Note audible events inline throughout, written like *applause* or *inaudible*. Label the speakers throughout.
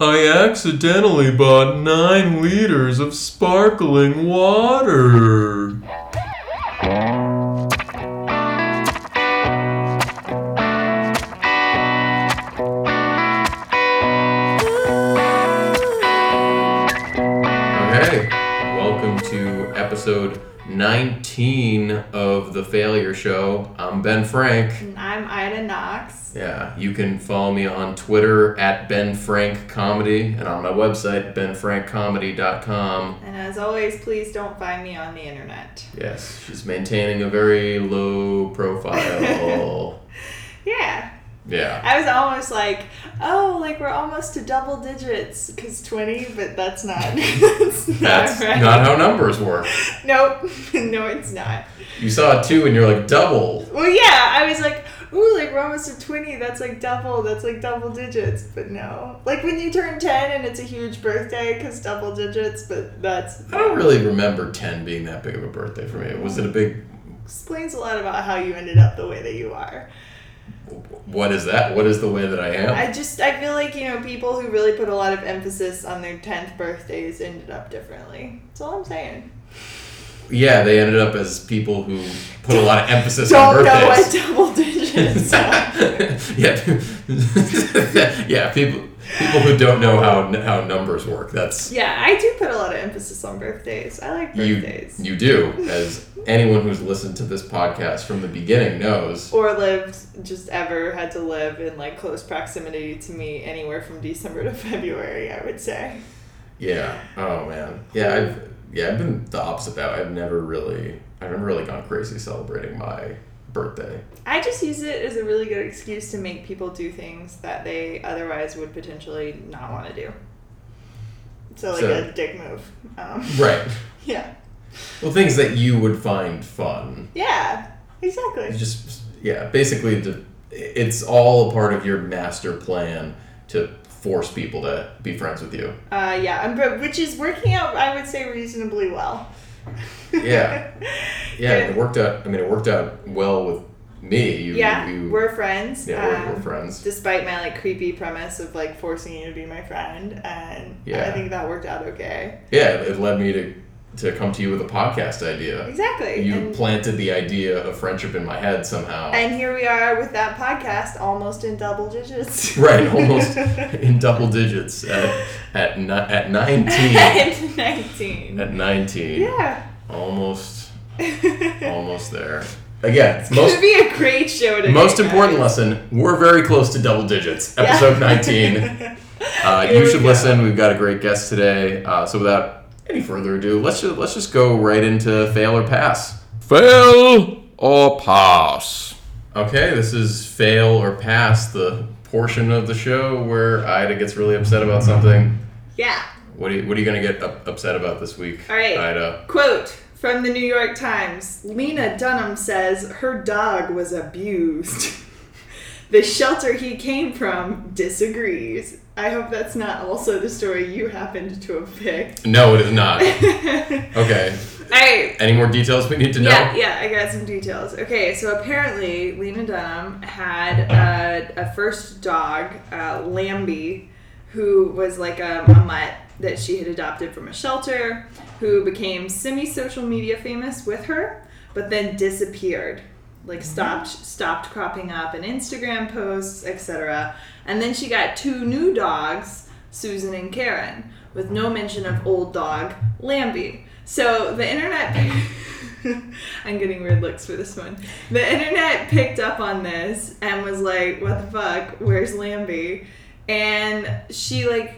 Speaker 1: I accidentally bought nine liters of sparkling water.
Speaker 2: Okay, welcome to episode 19 of The Failure Show. I'm Ben Frank.
Speaker 3: And I'm Ida Knox.
Speaker 2: Yeah, you can follow me on Twitter at Ben Frank Comedy and on my website, benfrankcomedy.com.
Speaker 3: And as always, please don't find me on the internet.
Speaker 2: Yes, she's maintaining a very low
Speaker 3: *laughs*
Speaker 2: profile.
Speaker 3: Yeah.
Speaker 2: yeah.
Speaker 3: I was almost like, oh, like we're almost to double digits because 20, but that's not. *laughs* that's not
Speaker 2: That's
Speaker 3: right.
Speaker 2: not how numbers work.
Speaker 3: nope. *laughs* no, it's not.
Speaker 2: You saw two and you're like, double.
Speaker 3: Well, yeah, I was like, ooh, like we're almost to 20. That's like double. That's like double digits. But no. Like when you turn 10 and it's a huge birthday because double digits, but that's.
Speaker 2: I don't really remember 10 being that big of a birthday for me. Was it a big.
Speaker 3: Explains a lot about how you ended up the way that you are.
Speaker 2: What is that? What is the way that I am?
Speaker 3: I just I feel like you know people who really put a lot of emphasis on their tenth birthdays ended up differently. That's all I'm saying.
Speaker 2: Yeah, they ended up as people who put a lot of emphasis on
Speaker 3: Don't know what
Speaker 2: birthdays. *laughs*
Speaker 3: double digits are.
Speaker 2: yeah, *laughs* yeah, people people who don't know how how numbers work. That's
Speaker 3: Yeah, I do put a lot of emphasis on birthdays. I like
Speaker 2: you
Speaker 3: birthdays.
Speaker 2: you do as anyone who's listened to this podcast from the beginning knows.
Speaker 3: or lived just ever had to live in like close proximity to me anywhere from December to *laughs* February, I would say.
Speaker 2: Yeah. Oh man. Yeah, I've yeah, I've been the opposite that. I've never really I haven't really gone crazy celebrating my birthday.
Speaker 3: I just use it as a really good excuse to make people do things that they otherwise would potentially not want to do. So like
Speaker 2: So-
Speaker 3: a dick move. Um, *laughs*
Speaker 2: Right.
Speaker 3: yeah.
Speaker 2: Well, things that you would find fun.
Speaker 3: Yeah,
Speaker 2: It's
Speaker 3: exactly.
Speaker 2: just yeah basically the, it's all a part of your master plan to force people to be friends with you
Speaker 3: Uh, yeah, and but which is working out, I would say, reasonably well.
Speaker 2: Yeah. yeah and it worked out i mean it worked out well with me you,
Speaker 3: *laughs* yeah,
Speaker 2: you,
Speaker 3: we're friends.
Speaker 2: yeah, we're, we're
Speaker 3: um,
Speaker 2: friends
Speaker 3: Despite my like creepy premise of like forcing you to be my friend, and
Speaker 2: Yeah.
Speaker 3: I think that worked out okay.
Speaker 2: yeah it, it led me to to come to you with a podcast idea
Speaker 3: Exactly.
Speaker 2: Uh, you
Speaker 3: and,
Speaker 2: planted the idea of friendship in my head somehow
Speaker 3: and here we are with that podcast, almost in double
Speaker 2: *laughs*
Speaker 3: digits.
Speaker 2: right
Speaker 3: *laughs*
Speaker 2: almost in double digits at at, ni- at
Speaker 3: *laughs*
Speaker 2: 19
Speaker 3: At nineteen.
Speaker 2: at 19
Speaker 3: Yeah. *laughs*
Speaker 2: almost
Speaker 3: It's
Speaker 2: almost there again most
Speaker 3: *laughs* gonna be a great show today.
Speaker 2: Most important
Speaker 3: guys.
Speaker 2: lesson: we're very close to double digits.
Speaker 3: Yeah.
Speaker 2: Episode
Speaker 3: *laughs*
Speaker 2: nineteen. Uh,
Speaker 3: Here
Speaker 2: you
Speaker 3: we
Speaker 2: should
Speaker 3: go.
Speaker 2: listen. We've got a great guest today. Uh, so without any further ado, let's just, let's just go right into fail or pass.
Speaker 1: Fail or pass?
Speaker 2: Okay, this is fail or pass, the portion of the show where Ida gets really upset about something.
Speaker 3: Yeah.
Speaker 2: What are you, what are you gonna get up, upset about this week,
Speaker 3: All right.
Speaker 2: Ida?
Speaker 3: Quote from the New York Times Lena Dunham says her dog was abused. *laughs* the shelter he came from disagrees. I hope that's not also the story you happened to have picked. *laughs*
Speaker 2: No, it is not.
Speaker 3: All
Speaker 2: Okay.
Speaker 3: right.
Speaker 2: Any more details we need to know?
Speaker 3: Yeah, yeah, I got some details. Okay, so apparently Lena Dunham had a, a first dog, uh, Lambie, who was like a, a mutt that she had adopted from a shelter, who became semi social media famous with her, but then disappeared. Like stopped stopped cropping up in Instagram posts, etc. And then she got two new dogs, Susan and Karen, with no mention of old dog Lambie. So the internet *laughs* I'm getting weird looks for this one. The internet picked up on this and was like, what the fuck? Where's Lambie? And she, like,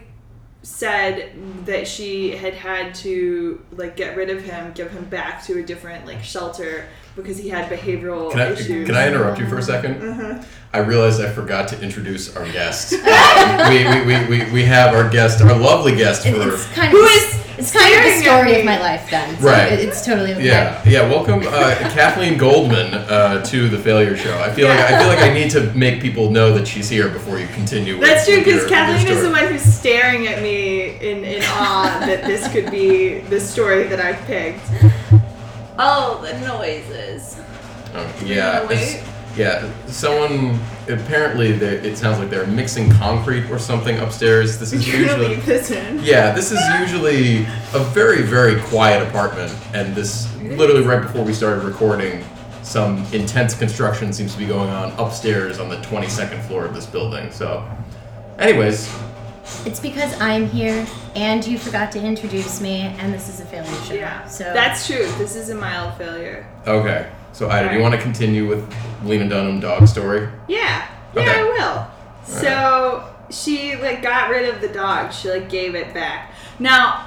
Speaker 3: said that she had had to, like, get rid of him, give him back to a different, like, shelter because he had behavioral
Speaker 2: Can I,
Speaker 3: issues. Mm-hmm.
Speaker 2: can I interrupt you for a 2nd I realized I forgot to introduce our guest. Um, *laughs* we, we, we, we, we have our guest, our lovely guest
Speaker 4: It-
Speaker 2: for.
Speaker 4: It's kind of
Speaker 3: Who is
Speaker 4: it's kind of
Speaker 3: staring
Speaker 4: the
Speaker 3: at
Speaker 4: story
Speaker 3: me?
Speaker 4: of my life then. So
Speaker 2: Right.
Speaker 4: it- it's totally okay.
Speaker 2: Yeah, yeah. Welcome, uh, Kathleen Goldman, uh, to the Failure Show. I feel like I feel like I need to make people know that she's here before you continue. with-
Speaker 3: That's true
Speaker 2: with your-
Speaker 3: because
Speaker 2: with your
Speaker 3: Kathleen is
Speaker 2: story.
Speaker 3: the one who's staring at me in, in awe that this could be the story that I've picked. Oh, the noises.
Speaker 2: Oh, yeah,
Speaker 3: Wait.
Speaker 2: it's- Yeah, someone apparently they- it sounds like they're mixing concrete or something upstairs. This is
Speaker 3: You're gonna
Speaker 2: usually
Speaker 3: leave this in.
Speaker 2: yeah, this is usually a very very quiet apartment, and this literally right before we started recording, some intense construction seems to be going on upstairs on the 22nd floor of this building. So, anyways,
Speaker 4: It's because I'm here and you forgot to introduce me, and this is a failure show.
Speaker 3: Yeah.
Speaker 4: So
Speaker 3: that's true. This is a mild failure.
Speaker 2: okay. So Ida, do you want to continue with Lena Dunham dog story?
Speaker 3: Yeah. Yeah,
Speaker 2: Okay.
Speaker 3: I will. So she like got rid of the dog. She like gave it back. Now,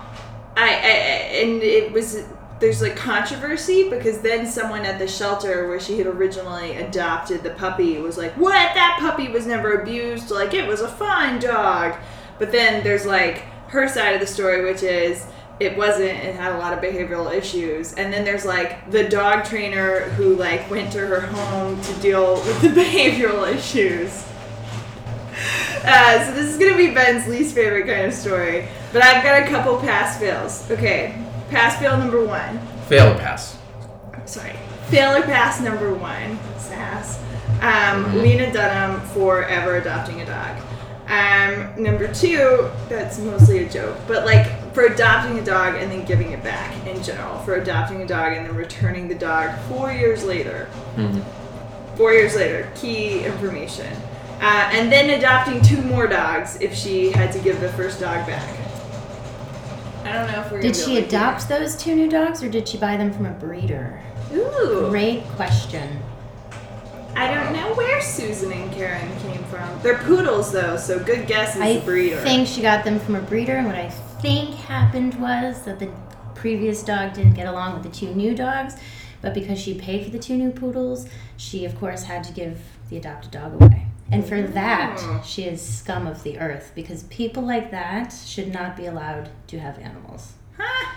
Speaker 3: I, I, I- and it was there's like controversy because then someone at the shelter where she had originally adopted the puppy was like, "What? That puppy was never abused. Like it was a fine dog." But then there's like her side of the story, which is it wasn't it had a lot of behavioral issues and then there's like the dog trainer who like went to her home to deal with the *laughs* behavioral issues uh, so this is gonna be ben's least favorite kind of story but i've got a couple pass fails okay pass fail number one
Speaker 2: Fail or pass?
Speaker 3: sorry fail or pass number one sass um, lena dunham for ever adopting a dog um, number two that's mostly a joke but like for adopting a dog and then giving it back in general for adopting a dog and then returning the dog four years later four years later key information uh, and then adopting two more dogs if she had to give the first dog back I don't know if we're gonna be
Speaker 4: did she
Speaker 3: able to do
Speaker 4: adopt those two new dogs, or did she buy them from a breeder?
Speaker 3: that. Ooh.
Speaker 4: Great question.
Speaker 3: I don't know where Susan and Karen came from. They're poodles, though, so good guess is the
Speaker 4: I
Speaker 3: breeder.
Speaker 4: think she got them from a breeder, and what I think happened was that the previous dog didn't get along with the two new dogs, but because she paid for the two new poodles, she of course had to give the adopted dog away. And for
Speaker 3: Mm.
Speaker 4: that, she is scum of the earth because people like that should not be allowed to have animals.
Speaker 3: Huh?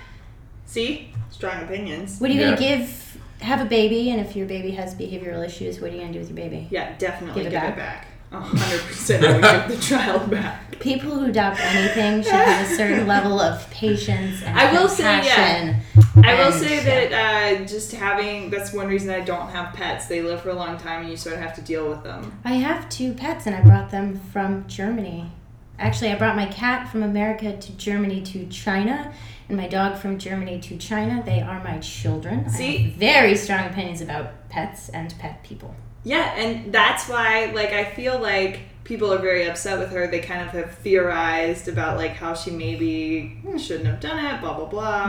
Speaker 3: See? Strong opinions.
Speaker 4: What are you gonna
Speaker 2: Yeah.
Speaker 4: give? Have a baby, and if your baby has behavioral issues, what are you gonna do with your baby?
Speaker 3: Yeah, definitely
Speaker 4: Give
Speaker 3: give,
Speaker 4: it
Speaker 3: it back. A 100% I would give the child back.
Speaker 4: People who adopt anything should have a
Speaker 3: *laughs*
Speaker 4: certain level of patience and
Speaker 3: I will say, yeah.
Speaker 4: compassion.
Speaker 3: I will
Speaker 4: And,
Speaker 3: say
Speaker 4: yeah.
Speaker 3: that uh, just having that's one reason I don't have pets. They live for a long time and you sort of have to deal with them.
Speaker 4: I have two pets and I brought them from Germany. Actually, I brought my cat from America to Germany to China and my dog from Germany to China. They are my children. I
Speaker 3: See?
Speaker 4: have very strong opinions about pets and pet people.
Speaker 3: Yeah, and that's why, like, I feel like people are very upset with her. They kind of have theorized about like how she maybe hmm, shouldn't have done it, blah blah blah.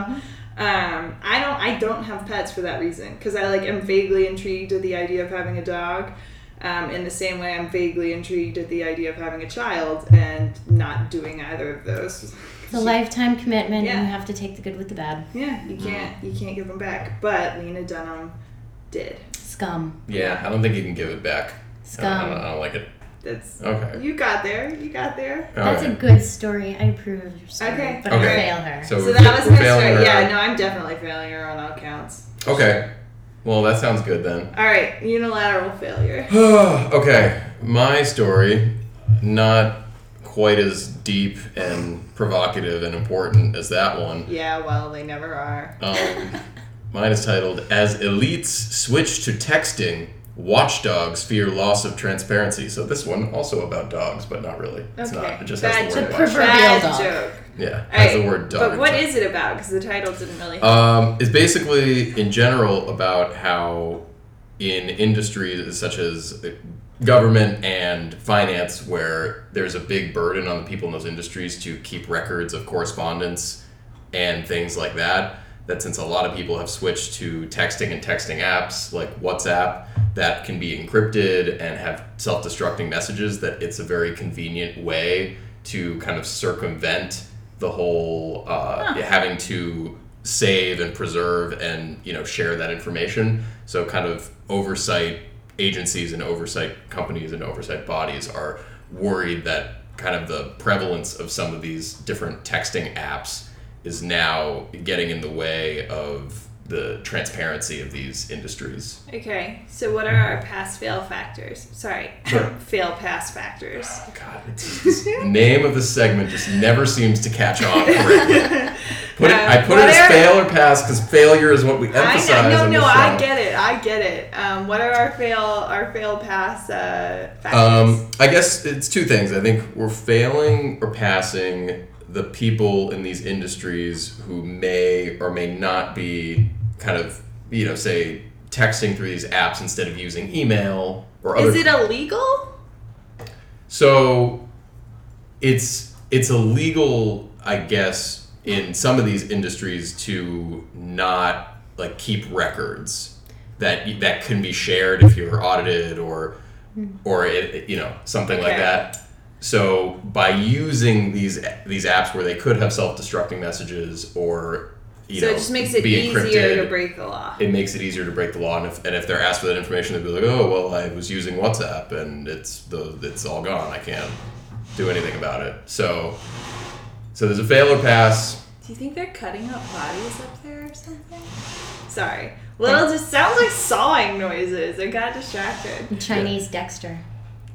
Speaker 3: Um, I don't, I don't have pets for that reason because I like am vaguely intrigued at the idea of having a dog. Um, in the same way, I'm vaguely intrigued at the idea of having a child and not doing either of those. *laughs*
Speaker 4: It's a lifetime commitment and
Speaker 3: Yeah.
Speaker 4: you have to take the good with the bad.
Speaker 3: Yeah, you can't, you can't give them back. But Lena Dunham did.
Speaker 4: Scum.
Speaker 2: Yeah, I don't think you can give it back. I don't, I don't-
Speaker 4: Scum.
Speaker 2: I don't like it.
Speaker 3: That's
Speaker 2: Okay.
Speaker 3: you got there. You got there.
Speaker 4: That's a
Speaker 2: Alright.
Speaker 4: good story. I approve of your story.
Speaker 3: Okay.
Speaker 4: But
Speaker 2: Okay.
Speaker 4: I fail her. *laughs*
Speaker 2: So,
Speaker 3: So
Speaker 2: we're-
Speaker 3: that was
Speaker 2: we're
Speaker 3: my
Speaker 2: failing
Speaker 3: story.
Speaker 2: her.
Speaker 3: Yeah, no, I'm definitely failing her on all counts.
Speaker 2: Okay. Well, that sounds good then.
Speaker 3: All right, unilateral failure.
Speaker 2: *sighs* okay. My story, not quite as deep and provocative and important as that one.
Speaker 3: Yeah, well, they never are.
Speaker 2: Um, mine is titled As Elites Switch to Texting, Watchdogs Fear Loss of Transparency. So this one also about dogs, but not really. It's
Speaker 3: Okay.
Speaker 2: not. It just has the
Speaker 3: Bad
Speaker 2: word
Speaker 4: joke.
Speaker 2: watch.
Speaker 4: Proverbial
Speaker 3: Bad
Speaker 4: dog.
Speaker 3: joke.
Speaker 2: Yeah.
Speaker 3: All right,
Speaker 2: Has the word dog.
Speaker 3: But
Speaker 2: in
Speaker 3: what
Speaker 2: front.
Speaker 3: is it about? Because the title didn't really.
Speaker 2: Um, it's basically in general about how in industries such as government and finance, where there's a big burden on the people in those industries to keep records of correspondence and things like that, that since a lot of people have switched to texting and texting apps like WhatsApp that can be encrypted and have self destructing messages, that it's a very convenient way to kind of circumvent the whole uh, having to save and preserve and you know share that information so kind of oversight agencies and oversight companies and oversight bodies are worried that kind of the prevalence of some of these different texting apps is now getting in the way of the transparency of these industries.
Speaker 3: okay, so what are our pass fail factors? Sorry, *laughs* fail pass factors. *laughs* *laughs*
Speaker 2: God, it's, the name of the segment just never seems to catch on correctly. Put it,
Speaker 3: Um,
Speaker 2: I put it as
Speaker 3: whatever.
Speaker 2: fail or pass because failure is what we emphasize.
Speaker 3: I know,
Speaker 2: on
Speaker 3: no, no,
Speaker 2: this
Speaker 3: I
Speaker 2: show.
Speaker 3: get it, I get it. Um, what are our fail, our fail pass uh, factors?
Speaker 2: Um, I guess it's two things. I think we're failing or passing the people in these industries who may or may not be kind of, you know, say texting through these apps instead of using email or other.
Speaker 3: Is it illegal?
Speaker 2: so it's it's illegal, I guess, in some of these industries to not like keep records that that can be shared if you're audited or or it, you know something like
Speaker 3: Hmm. Okay.
Speaker 2: that. So by using these these apps where they could have self-destructing messages or you
Speaker 3: so
Speaker 2: know
Speaker 3: it just makes it
Speaker 2: be
Speaker 3: easier
Speaker 2: encrypted,
Speaker 3: to break the law.
Speaker 2: it makes it easier to break the law. And if, and if they're asked for that information, they'll be like, "Oh, well, I was using WhatsApp, and it's the it's all gone. I can't do anything about it." So, so there's a fail or pass.
Speaker 3: Do you think they're cutting up bodies up there or something? Sorry. Little just sounds like sawing noises. I got distracted.
Speaker 4: Chinese Dexter.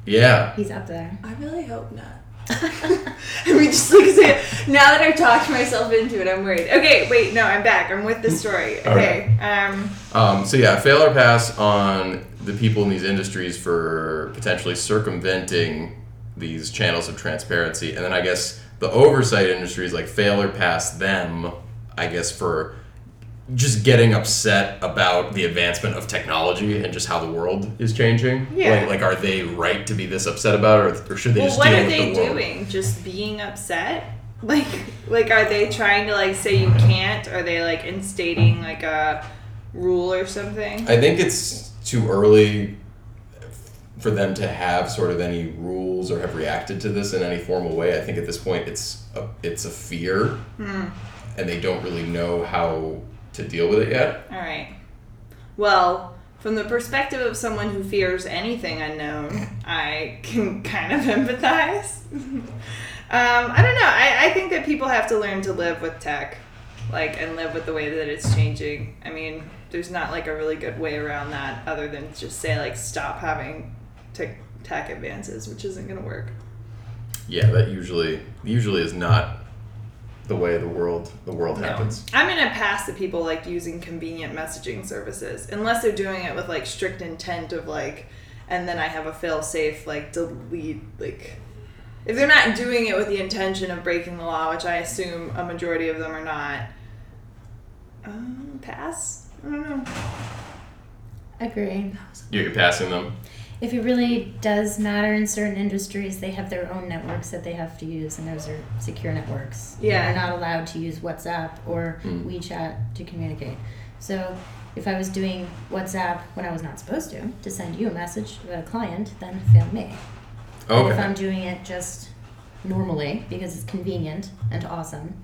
Speaker 2: Yeah,
Speaker 4: He's up there.
Speaker 3: I really hope not. *laughs* I mean, just like I said, now that I've talked myself into it, I'm worried. Okay, wait, no, I'm back. I'm with the story. Okay. Um,
Speaker 2: Um, so yeah, fail or pass on the people in these industries for potentially circumventing these channels of transparency, and then I guess the oversight industries like fail or pass them. I guess for just getting upset about the advancement of technology and just how the world is changing.
Speaker 3: Yeah.
Speaker 2: Like, like are they right to be this upset about it, or, or should they
Speaker 3: well,
Speaker 2: just
Speaker 3: what
Speaker 2: deal
Speaker 3: are
Speaker 2: with
Speaker 3: they
Speaker 2: the world?
Speaker 3: doing? Just being upset? *laughs* Like, like, are they trying to like say you can't? Are they like instating like a rule or something?
Speaker 2: I think it's too early for them to have sort of any rules or have reacted to this in any formal way. I think at this point it's a, it's a fear,
Speaker 4: Hmm.
Speaker 2: and they don't really know how to deal with it yet.
Speaker 3: All right. Well, from the perspective of someone who fears anything unknown, I can *laughs* kind of empathize. *laughs* um, I don't know. I, I think that people have to learn to live with tech, like, and live with the way that it's changing. I mean, there's not like a really good way around that other than just say, like, stop having tech, tech advances, which isn't going to work.
Speaker 2: Yeah, that usually usually is not the way the world the world happens.
Speaker 3: I'm gonna pass the people like using convenient messaging services unless they're doing it with like strict intent of like, and then I have a fail safe like delete like. If they're not doing it with the intention of breaking the law, which I assume a majority of them are not, um, pass. I don't know.
Speaker 4: Agree.
Speaker 2: You're passing them.
Speaker 4: If it really does matter in certain industries, they have their own networks that they have to use, and those are secure networks.
Speaker 3: Yeah.
Speaker 4: They're not allowed to use WhatsApp or
Speaker 2: Mm.
Speaker 4: WeChat to communicate. So if I was doing WhatsApp when I was not supposed to, to send you a message about a client, then fail me. But If
Speaker 2: Okay.
Speaker 4: I'm doing it just normally because it's convenient and awesome,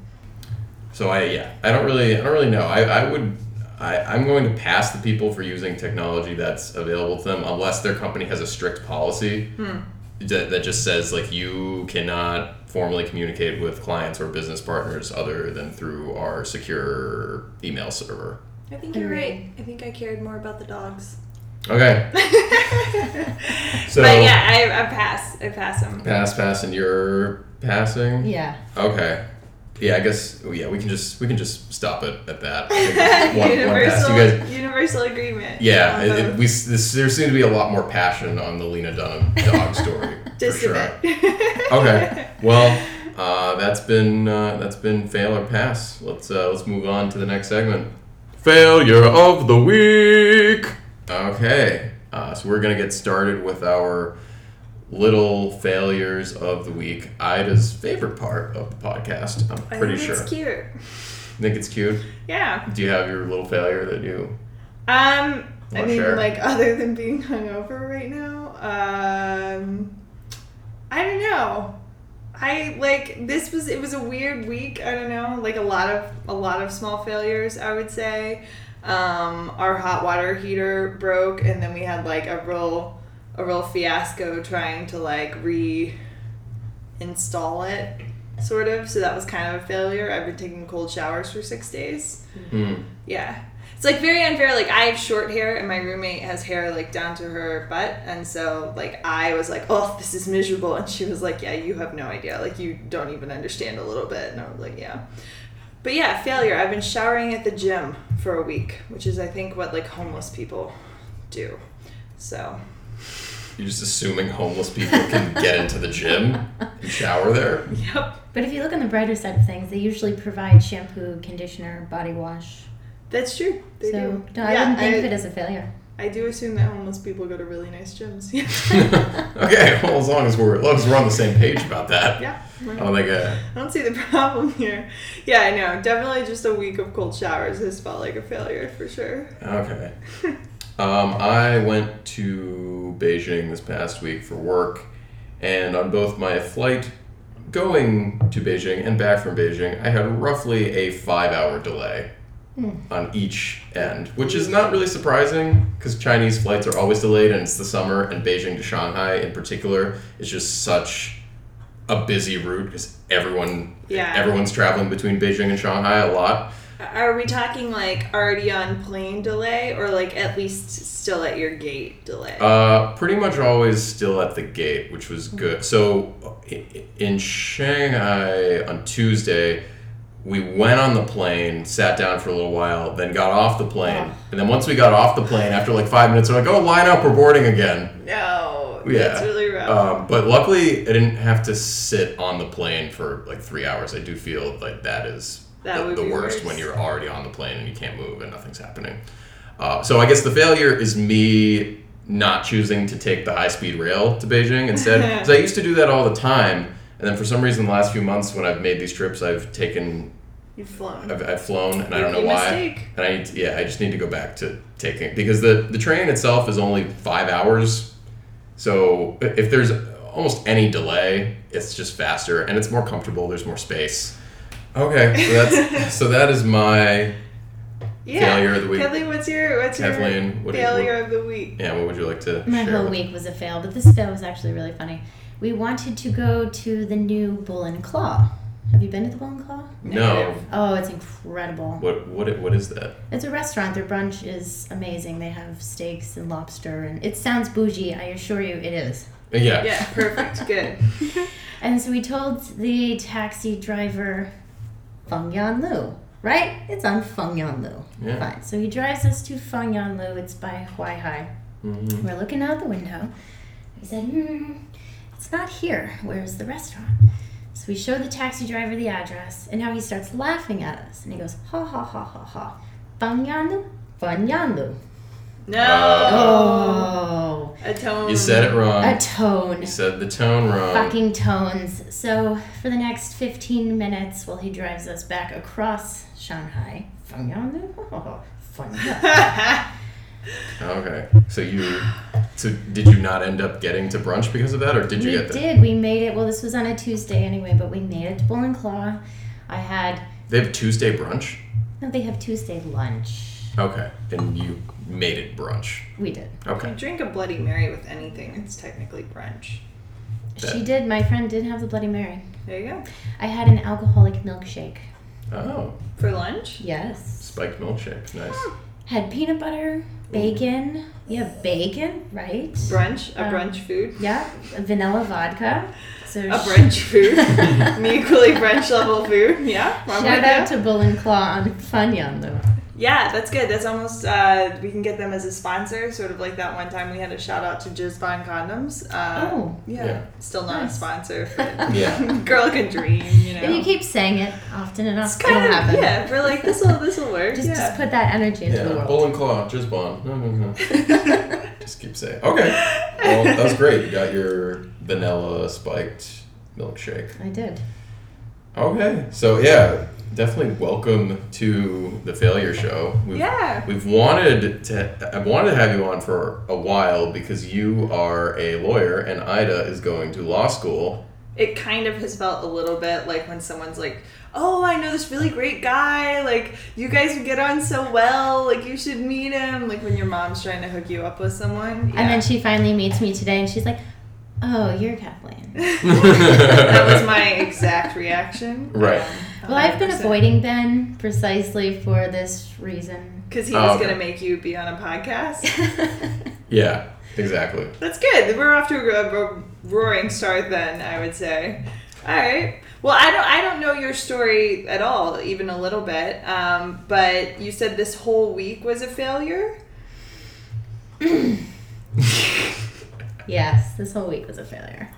Speaker 2: So I yeah, I don't really I don't really know. I, I would I, I'm going to pass the people for using technology that's available to them unless their company has a strict policy
Speaker 3: Hmm.
Speaker 2: that, that just says like you cannot formally communicate with clients or business partners other than through our secure email server.
Speaker 3: I think
Speaker 4: you're right.
Speaker 3: I think I cared more about the *laughs* dogs.
Speaker 2: Okay. So
Speaker 3: but yeah, I, I pass. I pass them.
Speaker 2: pass pass and you're passing.
Speaker 4: yeah.
Speaker 2: Okay. Yeah, I guess yeah, we can just we can just stop it at that. I think
Speaker 3: *laughs*
Speaker 2: it's one, one pass.
Speaker 3: universal,
Speaker 2: You guys
Speaker 3: universal agreement.
Speaker 2: Yeah,
Speaker 3: on
Speaker 2: it,
Speaker 3: both.
Speaker 2: it, we s- this, there seemed to be a lot more passion on the Lena Dunham dog
Speaker 3: *laughs*
Speaker 2: story.
Speaker 3: just
Speaker 2: for
Speaker 3: a
Speaker 2: sure.
Speaker 3: bit. *laughs*
Speaker 2: Okay. Well, uh, that's been uh, that's been fail or pass. Let's uh, let's move on to the next segment.
Speaker 1: Failure of the week.
Speaker 2: Okay. Uh, so we're gonna get started with our little failures of the week. Ida's favorite part of the podcast. I'm
Speaker 3: I
Speaker 2: pretty
Speaker 3: think
Speaker 2: sure.
Speaker 3: It's cute.
Speaker 2: Think it's cute.
Speaker 3: Yeah.
Speaker 2: Do you have your little failure that you?
Speaker 3: Um, I
Speaker 2: Wanna
Speaker 3: mean,
Speaker 2: share?
Speaker 3: like *laughs* other than being hungover right now, um, I don't know. I like this was it was a weird week. I don't know, like a lot of a lot of small failures. I would say, um, our hot water heater broke, and then we had like a real a real fiasco trying to like re install it, sort of. So that was kind of a failure. I've been taking cold showers for six days.
Speaker 2: Hmm.
Speaker 3: Yeah. It's like very unfair. Like I have short hair and my roommate has hair like down to her butt and so like I was like, Oh, this is miserable and she was like, Yeah, you have no idea. Like you don't even understand a little bit and I was like, Yeah. But yeah, failure. I've been showering at the gym for a week, which is I think what like homeless people do. So *laughs*
Speaker 2: You're just assuming homeless people can get into the gym and shower there. *laughs*
Speaker 3: Yep.
Speaker 4: But if you look on the brighter side of things, they usually provide shampoo, conditioner, body wash.
Speaker 3: That's true. They
Speaker 4: so
Speaker 3: do.
Speaker 4: no, I
Speaker 3: Yeah,
Speaker 4: wouldn't think
Speaker 3: I,
Speaker 4: of it as a failure.
Speaker 3: I do assume that homeless people go to really nice gyms. *laughs*
Speaker 2: okay, well, as long as we're as long as we're on the same page about that,
Speaker 3: yeah.
Speaker 2: I don't think uh,
Speaker 3: I don't see the *laughs* problem here. Yeah, I know. Definitely just a week of cold showers has felt like a failure for sure.
Speaker 2: Okay. um, I went to Beijing this past week for work, and on both my flight going to Beijing and back from Beijing, I had roughly a five hour delay on each end, which is not really surprising because Chinese flights are always delayed, and it's the summer, and Beijing to Shanghai in particular is just such a busy route because everyone
Speaker 3: Yeah.
Speaker 2: everyone's traveling between Beijing and Shanghai a lot.
Speaker 3: Are we talking like already on plane delay or like at least still at your gate delay?
Speaker 2: Uh, pretty much always still at the gate, which was good. So i- i- in Shanghai on Tuesday, we went on the plane, sat down for a little while, then got off the plane, and then once we got off the plane, after like five minutes, we're like, "Oh, line up, we're boarding again."
Speaker 3: no.
Speaker 2: Yeah.
Speaker 3: That's really rough.
Speaker 2: Um, but luckily, I didn't have to sit on the plane for like three hours. I do feel like that is
Speaker 3: That
Speaker 2: the,
Speaker 3: would
Speaker 2: the
Speaker 3: be
Speaker 2: worst
Speaker 3: worse.
Speaker 2: when you're already on the plane and you can't move and nothing's happening. Uh, so I guess the failure is me not choosing to take the high speed rail to Beijing instead.
Speaker 3: *laughs*
Speaker 2: Because I used to do that all the time. And then for some reason, the last few months when I've made these trips, I've taken,
Speaker 3: You've flown.
Speaker 2: I've, I've flown, and I don't know
Speaker 3: Rookie
Speaker 2: why.
Speaker 3: mistake.
Speaker 2: And I need to, yeah, I just need to go back to taking because the the train itself is only five hours, so i- if there's almost any delay, it's just faster and it's more comfortable. There's more space. Okay, so
Speaker 3: *laughs*
Speaker 2: that's so that is my
Speaker 3: yeah.
Speaker 2: failure of the week.
Speaker 3: Kathleen, what's your what's
Speaker 2: Kathleen,
Speaker 3: your
Speaker 2: what do you-
Speaker 3: failure of the week?
Speaker 2: yeah. What would you like to?
Speaker 4: My
Speaker 2: share
Speaker 4: whole
Speaker 2: with-
Speaker 4: week was a fail, but this fail was actually really funny. We wanted to go to the new Bull and Claw. Have you been to the Bull and Claw?
Speaker 2: No.
Speaker 3: Negative.
Speaker 4: Oh, it's incredible.
Speaker 2: What what i- what is that?
Speaker 4: It's a restaurant. Their brunch is amazing. They have steaks and lobster, and it sounds bougie. I assure you, it is.
Speaker 2: Uh, Yeah.
Speaker 3: Yeah,
Speaker 2: *laughs*
Speaker 3: perfect. Good.
Speaker 4: And so we told the taxi driver, Fengyan Lu, right? It's on Fengyan Lu.
Speaker 2: Yeah.
Speaker 4: Fine. So he drives us to Fengyan Lu. It's by Huaihai.
Speaker 2: Mhm.
Speaker 4: We're looking out the window. We said, hmm, it's not here. Where's the restaurant? So we show the taxi driver the address, and now he starts laughing at us. And he goes, ha ha ha ha ha. Fengyan Lu? Fengyan Lu.
Speaker 3: No.
Speaker 4: Oh.
Speaker 3: A tone.
Speaker 2: Uh, You said it wrong.
Speaker 4: A tone.
Speaker 2: you said the tone wrong.
Speaker 4: fucking tones. So for the next 15 minutes while he drives us back across Shanghai, *laughs*
Speaker 2: Okay. So you so did you not end up getting to brunch because of that, or did you
Speaker 4: we
Speaker 2: get there?
Speaker 4: did. We made it. Well, this was on a Tuesday anyway, but we made it to Bull and Claw. I had,
Speaker 2: They have Tuesday brunch.
Speaker 4: no, they have Tuesday lunch.
Speaker 2: Okay. Then you made it brunch.
Speaker 4: We did.
Speaker 2: Okay.
Speaker 3: You *laughs* drink a Bloody Mary with anything, it's technically brunch.
Speaker 4: She did. My friend did have the Bloody Mary.
Speaker 3: There you go.
Speaker 4: I had an alcoholic milkshake.
Speaker 2: Oh,
Speaker 3: For lunch?
Speaker 4: Yes.
Speaker 2: spiked milkshake. Nice.
Speaker 4: Had peanut butter, bacon. Yeah, bacon, right?
Speaker 3: Brunch? A
Speaker 4: Um,
Speaker 3: brunch food?
Speaker 4: Yeah, vanilla vodka. So
Speaker 3: A
Speaker 4: *laughs*
Speaker 3: brunch food? *laughs* An equally brunch level food? *laughs* Yeah. I'm
Speaker 4: Shout
Speaker 3: with
Speaker 4: out
Speaker 3: you.
Speaker 4: to Bull and Claw on Funyun though.
Speaker 3: Yeah, that's good. That's almost, uh, we can get them as a sponsor, sort of like that one time we had a shout out to Jizbon Condoms. Uh,
Speaker 4: Oh.
Speaker 3: Yeah.
Speaker 2: Yeah.
Speaker 3: Still not
Speaker 4: Nice.
Speaker 3: a
Speaker 4: *laughs*
Speaker 3: sponsor. For
Speaker 2: Yeah.
Speaker 3: *laughs* Girl can dream, you know.
Speaker 4: If you keep saying it often enough,
Speaker 3: it's kind
Speaker 4: it'll
Speaker 3: of,
Speaker 4: happen.
Speaker 3: yeah, we're like, this'll, this'll work.
Speaker 4: Just,
Speaker 3: yeah. *laughs*
Speaker 4: just put that energy into the
Speaker 2: Yeah.
Speaker 4: world.
Speaker 2: Bull and claw, just bond. No, no, no. *laughs* just keep saying. Okay. Well, that was great. You got your vanilla spiked milkshake.
Speaker 4: I did.
Speaker 2: Okay. So yeah, definitely welcome to the failure show. We've,
Speaker 3: Yeah.
Speaker 2: We've wanted to. I've wanted to have you on for a while because you are a lawyer and Ida is going to law school.
Speaker 3: it kind of has felt a little bit like when someone's like, "Oh, I know this really great guy. Like, you guys would get on so well. Like, you should meet him." Like when your mom's trying to hook you up with someone.
Speaker 4: And
Speaker 3: Yeah.
Speaker 4: *laughs* then she finally meets me today, and she's like, "Oh, you're Kathleen."
Speaker 3: *laughs* that was my exact reaction. Um,
Speaker 2: Right.
Speaker 4: Well, I've been avoiding Ben precisely for this
Speaker 3: *laughs*
Speaker 4: reason.
Speaker 3: because he was
Speaker 2: Okay.
Speaker 3: gonna make you be on a podcast.
Speaker 2: Yeah, exactly.
Speaker 3: That's good. We're off to a, ro- ro- roaring start then. I would say. All right. Well, I don't I don't know your story at all, even a little bit. Um, but you said this whole week was a failure.
Speaker 4: Yes, this whole week was a failure.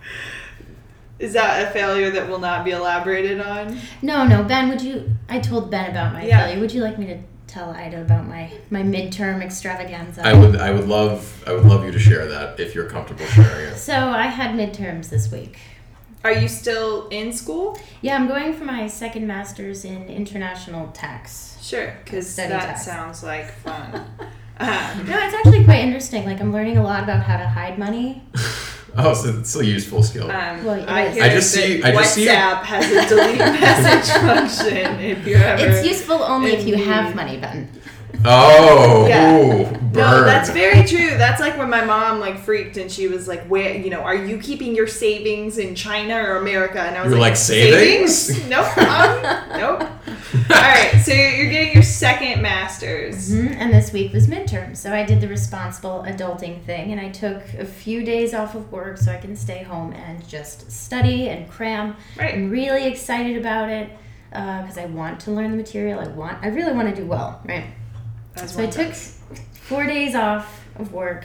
Speaker 3: Is that a failure that will not be elaborated on?
Speaker 4: No, no, Ben, would you? I told Ben about my
Speaker 3: Yeah.
Speaker 4: failure. Would you like me to tell Ida about my my midterm extravaganza?
Speaker 2: I would I would love I would love you to share that if you're comfortable sharing it. *laughs*
Speaker 4: so I had midterms this week.
Speaker 3: Are you still in school?
Speaker 4: Yeah, I'm going for my second master's in international tax.
Speaker 3: Sure, because
Speaker 4: Study
Speaker 3: that
Speaker 4: tax.
Speaker 3: sounds like
Speaker 4: *laughs*
Speaker 3: fun. um,
Speaker 4: No, it's actually quite interesting. Like I'm learning a lot about how to hide money.
Speaker 2: Oh, so it's a useful skill.
Speaker 3: um,
Speaker 4: Well, it
Speaker 3: I
Speaker 4: is.
Speaker 3: hear
Speaker 2: I just
Speaker 3: that
Speaker 2: see- I just see-
Speaker 3: WhatsApp has a
Speaker 4: *laughs*
Speaker 3: delete message function if you ever.
Speaker 4: It's useful only if you have
Speaker 3: Indeed.
Speaker 4: money, Ben.
Speaker 2: Oh,
Speaker 3: Yeah.
Speaker 2: ooh, burn.
Speaker 3: No, that's very true. That's like when my mom like freaked and she was like, "Where you know, are you keeping your savings in China or America?" And I was
Speaker 2: You're like, "Savings?"
Speaker 3: nope, mom, Um,
Speaker 2: *laughs*
Speaker 3: nope. All right, so you're you're getting your second master's.
Speaker 4: Mhm, And this week was midterm, so I did the responsible adulting thing, and I took a few days off of work so I can stay home and just study and cram.
Speaker 3: Right.
Speaker 4: I'm really excited about it because I want to learn the material. I want. I really want to do well, right?
Speaker 3: That's
Speaker 4: so I took four days off of work,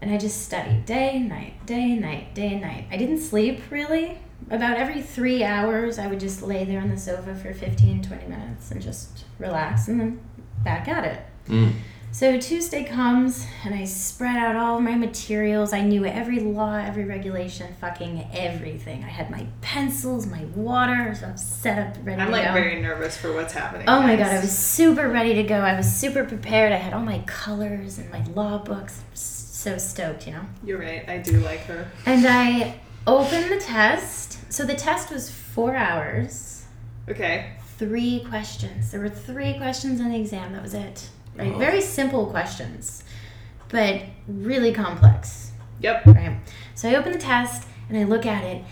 Speaker 4: and I just studied day and night, day and night, day and night. I didn't sleep really. About every three hours, I would just lay there on the sofa for 15, 20 minutes and just relax, and then back at it.
Speaker 2: Mm.
Speaker 4: So Tuesday comes and I spread out all my materials. I knew every law, every regulation, fucking everything. I had my pencils, my water, so I'm set up ready
Speaker 3: I'm
Speaker 4: to
Speaker 3: like
Speaker 4: go.
Speaker 3: very nervous for what's happening.
Speaker 4: Oh my god,
Speaker 3: next.
Speaker 4: I was super ready to go. I was super prepared. I had all my colors and my law books. S- So stoked, you know?
Speaker 3: You're right. I do like her.
Speaker 4: And I opened the test. So the test was four hours,
Speaker 3: Okay.
Speaker 4: three questions. There were three questions on the exam. That was it. Right?
Speaker 2: Oh.
Speaker 4: Very simple questions, but really complex.
Speaker 3: Yep.
Speaker 4: Right. So I open the test and I look at it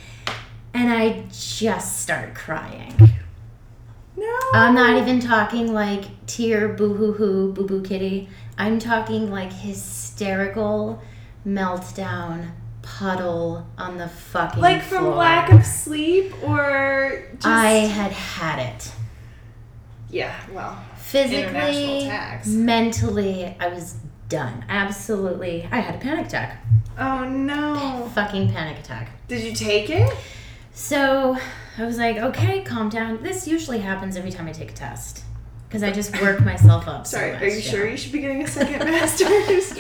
Speaker 4: and I just start crying.
Speaker 3: No.
Speaker 4: I'm not
Speaker 3: Oh.
Speaker 4: even talking like tear, boo hoo hoo, boo boo kitty. I'm talking like hysterical meltdown puddle on the fucking
Speaker 3: like from
Speaker 4: floor.
Speaker 3: lack of sleep or just
Speaker 4: I had had it.
Speaker 3: yeah. Well, International
Speaker 4: Physically,
Speaker 3: tax.
Speaker 4: mentally, I was done. Absolutely. I had a panic attack.
Speaker 3: oh no.
Speaker 4: Fucking panic attack.
Speaker 3: Did you take it?
Speaker 4: So I was like, okay, calm down. This usually happens every time I take a test because I just work myself up. so
Speaker 3: Sorry,
Speaker 4: much,
Speaker 3: are you
Speaker 4: yeah.
Speaker 3: sure you should be getting a second
Speaker 4: *laughs*
Speaker 3: master's?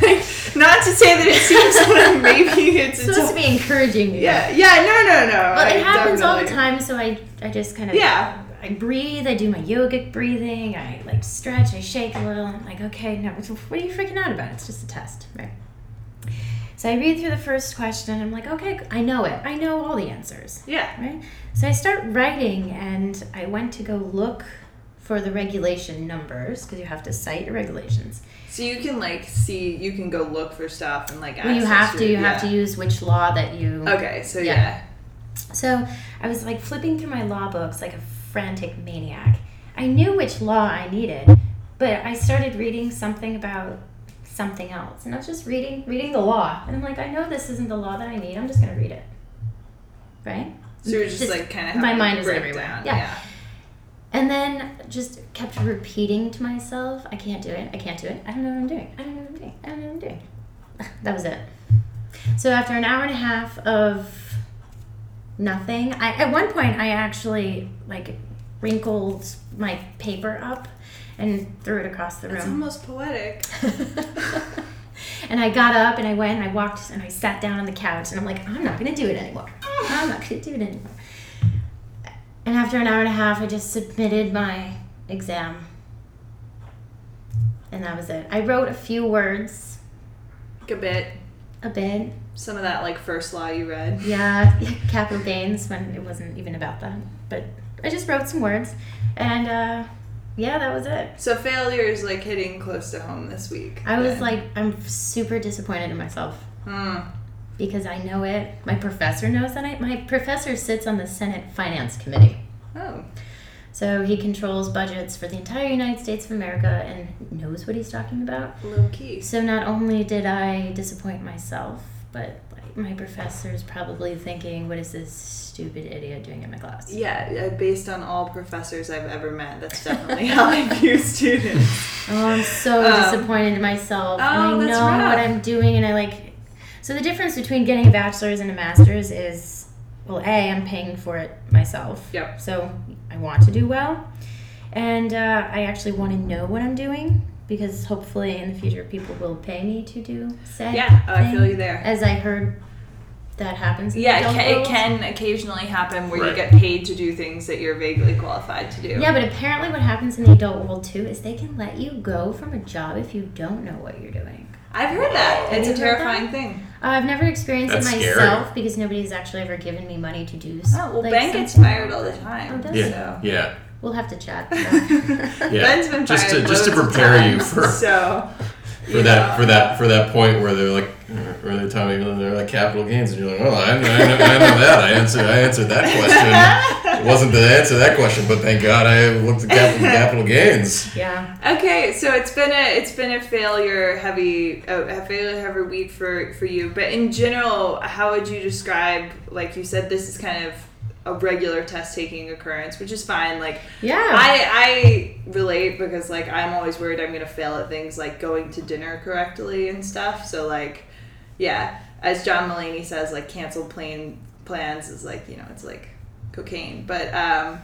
Speaker 3: like, not to say that it seems like
Speaker 4: *laughs*
Speaker 3: maybe it's,
Speaker 4: It's
Speaker 3: it's
Speaker 4: supposed
Speaker 3: a,
Speaker 4: to be encouraging. you.
Speaker 3: yeah, yeah, no, no, no.
Speaker 4: Well,
Speaker 3: I
Speaker 4: it happens all the
Speaker 3: definitely-
Speaker 4: time, so I, I just kind of
Speaker 3: Yeah,
Speaker 4: I breathe. I do my yogic breathing. I like stretch. I shake a little. I'm like, okay, no, what are you freaking out about? It's just a test, right? So I read through the first question. I'm like, okay, I know it. I know all the answers.
Speaker 3: yeah.
Speaker 4: right? So I start writing and I went to go look for the regulation numbers because you have to cite your regulations.
Speaker 3: So you can like see, you can go look for stuff and like.
Speaker 4: Well, you
Speaker 3: access
Speaker 4: have to,
Speaker 3: your-
Speaker 4: you have to
Speaker 3: yeah. Oh.
Speaker 4: use which law that you.
Speaker 3: Okay, so
Speaker 4: Mm. Yeah.
Speaker 3: yeah.
Speaker 4: So I was like flipping through my law books like a frantic maniac. I knew which law I needed, but I started reading something about something else. And I was just reading, reading the law. And I'm like, I know this isn't the law that I need. I'm just going to read it. Right?
Speaker 3: So you're just,
Speaker 4: Just-
Speaker 3: like kind of.
Speaker 4: my mind is everywhere.
Speaker 3: Down.
Speaker 4: Yeah. And then just kept repeating to myself, I can't do it, I can't do it, I don't know what I'm doing, I don't know what I'm doing, I don't know what I'm doing. *laughs* That was it. So after an hour and a half of nothing, I, at one point I actually like wrinkled my paper up and threw it across the
Speaker 3: It's
Speaker 4: room.
Speaker 3: almost poetic.
Speaker 4: *laughs* and I got up and I went and I walked and I sat down on the couch and I'm like, I'm not gonna do it anymore. I'm not gonna do it anymore. And after an hour and a half, I just submitted my exam. And that was it. I wrote a few words,
Speaker 3: Like a bit.
Speaker 4: a bit.
Speaker 3: Some of that like first law you read.
Speaker 4: Yeah, *laughs* capital gains when it wasn't even about that. But I just wrote some words. And uh, yeah, that was it.
Speaker 3: So failure is like hitting close to home this week.
Speaker 4: I was
Speaker 3: then.
Speaker 4: like, I'm super disappointed in myself.
Speaker 3: hmm.
Speaker 4: because I know it. My professor knows that I. My professor sits on the Senate Finance Committee.
Speaker 3: Oh,
Speaker 4: So he controls budgets for the entire United States of America and knows what he's talking about.
Speaker 3: low key.
Speaker 4: So not only did I disappoint myself, but like my professor's probably thinking, what is this stupid idiot doing in my class?
Speaker 3: Yeah, uh, based on all professors I've ever met, that's
Speaker 4: *laughs*
Speaker 3: definitely how I view students.
Speaker 4: Oh, I'm so
Speaker 3: Um,
Speaker 4: disappointed in myself.
Speaker 3: oh,
Speaker 4: and I
Speaker 3: that's
Speaker 4: know
Speaker 3: rough.
Speaker 4: what I'm doing, and I like. So the difference between getting a bachelor's and a master's is, well, a I'm paying for it myself.
Speaker 3: Yep.
Speaker 4: So I want to do well, and uh, I actually want to know what I'm doing because hopefully in the future people will pay me to do said.
Speaker 3: Yeah, oh, I
Speaker 4: thing,
Speaker 3: feel you there.
Speaker 4: As I heard, that happens. in the
Speaker 3: Yeah, it
Speaker 4: adult
Speaker 3: can, it
Speaker 4: world.
Speaker 3: can occasionally happen where you
Speaker 2: Right.
Speaker 3: get paid to do things that you're vaguely qualified to do.
Speaker 4: Yeah, but apparently what happens in the adult world too is they can let you go from a job if you don't know what you're doing.
Speaker 3: I've heard that. It's a
Speaker 4: Have you heard
Speaker 3: terrifying thing.
Speaker 4: Uh, I've never experienced
Speaker 2: That's
Speaker 4: it
Speaker 2: scary.
Speaker 4: myself because nobody's actually ever given me money to do. s-
Speaker 3: Oh well,
Speaker 4: like
Speaker 3: Ben
Speaker 4: some-
Speaker 3: gets fired all the time.
Speaker 4: Oh, does
Speaker 2: Yeah.
Speaker 3: So.
Speaker 2: Yeah.
Speaker 4: We'll have to chat.
Speaker 3: *laughs*
Speaker 4: yeah.
Speaker 2: Yeah.
Speaker 3: Ben's been
Speaker 2: Just to-
Speaker 3: fired
Speaker 2: just to
Speaker 3: loads of
Speaker 2: prepare you
Speaker 3: times,
Speaker 2: for-
Speaker 3: so
Speaker 2: For that for that for that point where they're like where they're telling you they're like capital gains and you're like, Oh, I, I, know, I know that. I answered I answered that question. It wasn't the answer to that question, but thank God I looked at capital capital gains.
Speaker 3: *laughs* Okay, so it's been a it's been a failure heavy a failure heavy week for for you. But in general, how would you describe like you said this is kind of a regular test taking occurrence, which is fine. Like
Speaker 4: Yeah.
Speaker 3: I I relate because like I'm always worried I'm gonna fail at things like going to dinner correctly and stuff. So like, yeah, as John Mulaney says, like canceled plane plans is like you know it's like cocaine. But *laughs* um,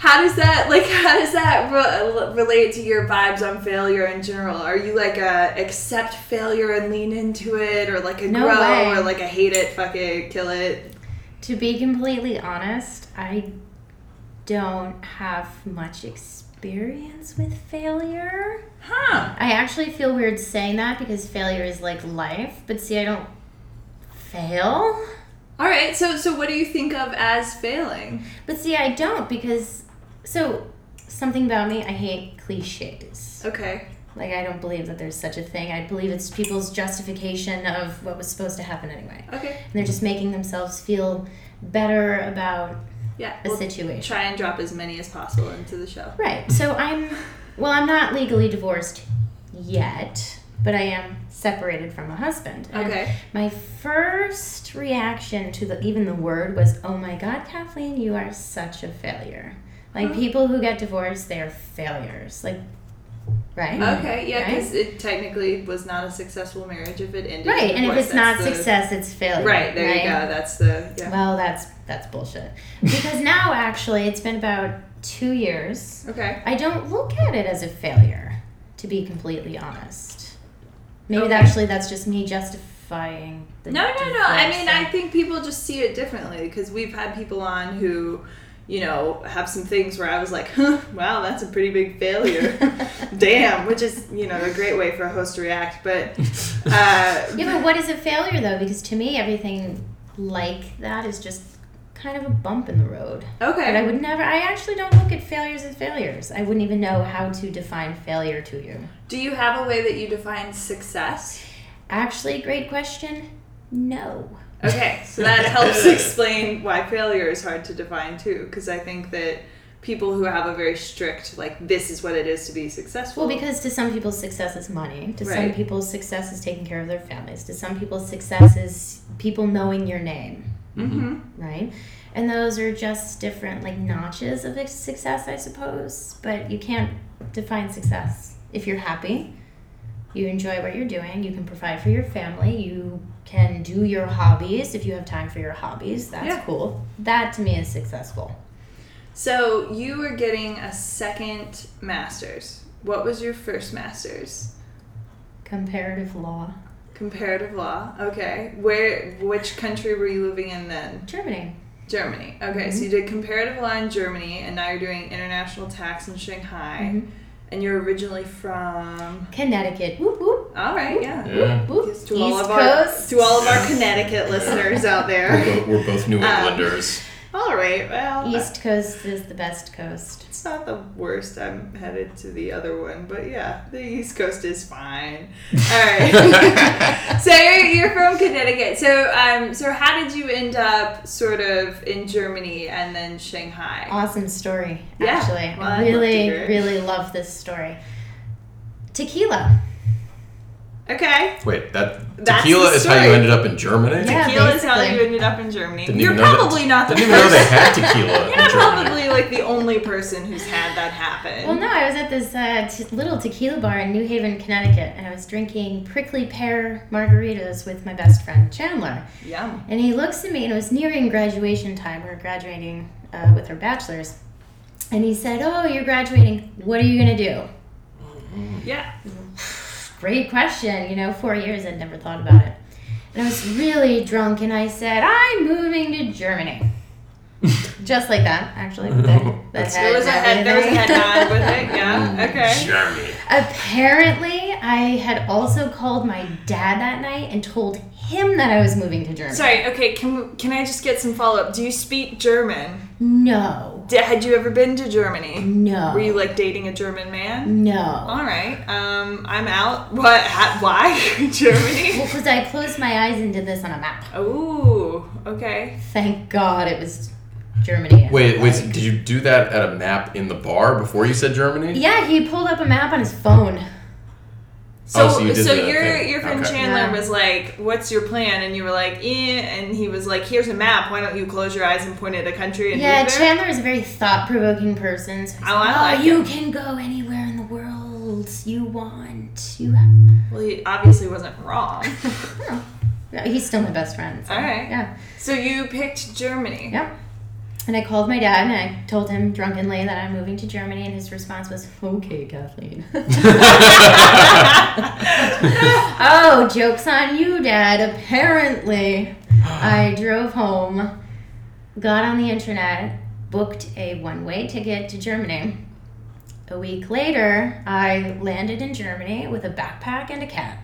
Speaker 3: how does that like *laughs* how does that re- relate to your vibes on failure in general? Are you like a accept failure and lean into it, or like a
Speaker 4: No
Speaker 3: grow,
Speaker 4: way.
Speaker 3: or like a hate it, fuck it, kill it?
Speaker 4: to be completely honest, I don't have much experience with failure.
Speaker 3: Huh?
Speaker 4: I actually feel weird saying that because failure is like life, but see, I don't fail.
Speaker 3: All right. So so what do you think of as failing?
Speaker 4: But see, I don't because so something about me, I hate cliches.
Speaker 3: Okay.
Speaker 4: Like I don't believe that there's such a thing. I believe it's people's justification of what was supposed to happen anyway.
Speaker 3: Okay.
Speaker 4: And they're just making themselves feel better about
Speaker 3: Yeah,
Speaker 4: a
Speaker 3: we'll
Speaker 4: situation.
Speaker 3: try and drop as many as possible into the show.
Speaker 4: Right. So I'm well, I'm not legally divorced yet, but I am separated from a husband. And
Speaker 3: Okay.
Speaker 4: My first reaction to the even the word was, "Oh my god, Kathleen, you are such a failure." Like people who get divorced, they are failures. Like right?
Speaker 3: Okay, yeah, because it technically was not a successful marriage if it ended. in
Speaker 4: Right, and if
Speaker 3: divorce,
Speaker 4: it's not
Speaker 3: that's the-
Speaker 4: success, it's failure.
Speaker 3: Right, there you go. That's the. Yeah.
Speaker 4: Well, that's that's bullshit. Because now actually it's been about 2 years.
Speaker 3: Okay.
Speaker 4: I don't look at it as a failure, to be completely honest. Maybe
Speaker 3: Okay.
Speaker 4: actually that's just me justifying the
Speaker 3: No, no, no. I
Speaker 4: divorce
Speaker 3: mean,
Speaker 4: thing.
Speaker 3: I think people just see it differently because we've had people on who, you know, have some things where I was like, huh, wow, that's a pretty big failure. *laughs* Damn, which is, you know, a great way for a host to react. But, uh,
Speaker 4: *laughs* *laughs* Yeah, but what is a failure though? Because to me everything like that is just kind of a bump in the road. But I
Speaker 3: okay.
Speaker 4: would never I actually don't look at failures as failures. I wouldn't even know how to define failure to you.
Speaker 3: Do you have a way that you define success?
Speaker 4: Actually, great question. No.
Speaker 3: Okay, so that helps explain why failure is hard to define too, because I think that people who have a very strict like this is what it is to be successful.
Speaker 4: Well, because to some people's success is money. To some
Speaker 3: Right.
Speaker 4: people's success is taking care of their families. To some people's success is people knowing your name,
Speaker 3: hmm
Speaker 4: right? And those are just different like notches of success, I suppose. But you can't define success. If you're happy, you enjoy what you're doing, you can provide for your family, you can do your hobbies if you have time for your hobbies. That's
Speaker 3: Yeah.
Speaker 4: cool. That to me is successful.
Speaker 3: so you were getting a second master's. What was your first master's?
Speaker 4: Comparative law.
Speaker 3: Comparative law. Okay, where which country were you living in then?
Speaker 4: Germany.
Speaker 3: Germany. Okay, so you did comparative law in Germany, and now you're doing international tax in Shanghai.
Speaker 4: Mhm.
Speaker 3: And you're originally from.
Speaker 4: Connecticut. Whoop whoop.
Speaker 3: All right,
Speaker 2: *laughs*
Speaker 3: yeah.
Speaker 2: Yeah.
Speaker 4: whoop.
Speaker 3: Yes, to all
Speaker 4: East
Speaker 3: of
Speaker 4: Coast.
Speaker 3: our to all of our Connecticut listeners out
Speaker 2: We're
Speaker 3: there.
Speaker 2: both, we're both New
Speaker 3: Um,
Speaker 2: Englanders.
Speaker 3: All right, well,
Speaker 4: East Coast is the best coast.
Speaker 3: it's not the worst. I'm headed to the other one, but yeah, the East Coast is fine. All
Speaker 2: *laughs*
Speaker 3: *laughs* right, so you're, you're from Connecticut. So um, so how did you end up sort of in Germany and then Shanghai?
Speaker 4: Awesome story,
Speaker 3: Yeah.
Speaker 4: actually.
Speaker 3: Well, I'd
Speaker 4: I
Speaker 3: love to
Speaker 4: really,
Speaker 3: hear it.
Speaker 4: really love this story. Tequila.
Speaker 3: Okay.
Speaker 2: Wait, that
Speaker 3: That's
Speaker 2: tequila
Speaker 3: the
Speaker 2: is how you
Speaker 3: story.
Speaker 2: ended up in Germany.
Speaker 4: Yeah.
Speaker 3: Tequila is how you
Speaker 4: basically.
Speaker 3: ended up in Germany.
Speaker 2: Didn't
Speaker 3: You're
Speaker 2: even know that-
Speaker 3: probably not the
Speaker 2: Didn't even know they
Speaker 3: first.
Speaker 2: had tequila
Speaker 4: *laughs*
Speaker 2: in
Speaker 3: You're
Speaker 2: Germany.
Speaker 3: probably like the only person who's had that happen.
Speaker 4: Well, no, I was at this uh, t- little tequila bar in New Haven, Connecticut, and I was drinking prickly pear margaritas with my best friend Chandler.
Speaker 3: Yum.
Speaker 4: And he looks at me, and it was nearing graduation time. We were graduating uh, with our bachelor's. And he said, Oh, you're graduating. What are you going to do?
Speaker 3: Yeah.
Speaker 4: Great question. You know, four years I'd never thought about it. And I was really drunk, and I said, I'm moving to Germany. Just like that, actually. with the- the
Speaker 3: There was a
Speaker 4: nod
Speaker 3: head.
Speaker 4: and
Speaker 3: There was a head nod
Speaker 4: everything.
Speaker 3: with
Speaker 4: *laughs*
Speaker 2: *laughs*
Speaker 3: it. Yeah.
Speaker 2: Mm,
Speaker 3: Okay.
Speaker 2: Germany.
Speaker 4: Apparently, I had also called my dad that night and told him that I was moving to Germany.
Speaker 3: Sorry. Okay. Can can I just get some follow up? Do you speak German?
Speaker 4: No.
Speaker 3: D- had you ever been to Germany?
Speaker 4: No.
Speaker 3: Were you like dating a German man?
Speaker 4: No.
Speaker 3: All right. Um, I'm out. What? Ha- why *laughs* Germany?
Speaker 4: Well, because I closed my eyes and did this on a map.
Speaker 3: Ooh. Okay.
Speaker 4: Thank God it was Germany.
Speaker 2: Wait, wait. Did you do that at a map in the bar before you said Germany?
Speaker 4: Yeah, he pulled up a map on his phone.
Speaker 3: So,
Speaker 2: Oh, so you did the
Speaker 3: your
Speaker 2: thing.
Speaker 3: your friend
Speaker 2: Okay.
Speaker 3: Chandler
Speaker 4: Yeah.
Speaker 3: was like, "What's your plan?" And you were like, "Eh," and he was like, "Here's a map. Why don't you close your eyes and point at a country and
Speaker 4: Yeah,
Speaker 3: move there?"
Speaker 4: Chandler is a very thought provoking person. So he's
Speaker 3: Oh, I like
Speaker 4: oh, you
Speaker 3: it."
Speaker 4: can go anywhere in the world you want. You have.
Speaker 3: well, he obviously wasn't
Speaker 4: *laughs*
Speaker 3: wrong.
Speaker 4: No, he's still my best friend. so,
Speaker 3: All right.
Speaker 4: Yeah.
Speaker 3: so you picked Germany.
Speaker 4: Yeah. And I called my dad and I told him drunkenly that I'm moving to Germany, and his response was,
Speaker 3: *laughs*
Speaker 4: "Okay, Kathleen." *laughs*
Speaker 2: *laughs*
Speaker 4: oh, jokes on you, Dad. Apparently,
Speaker 3: *gasps*
Speaker 4: I drove home, got on the internet, booked a one-way ticket to Germany. A week later, I landed in Germany with a backpack and a cat.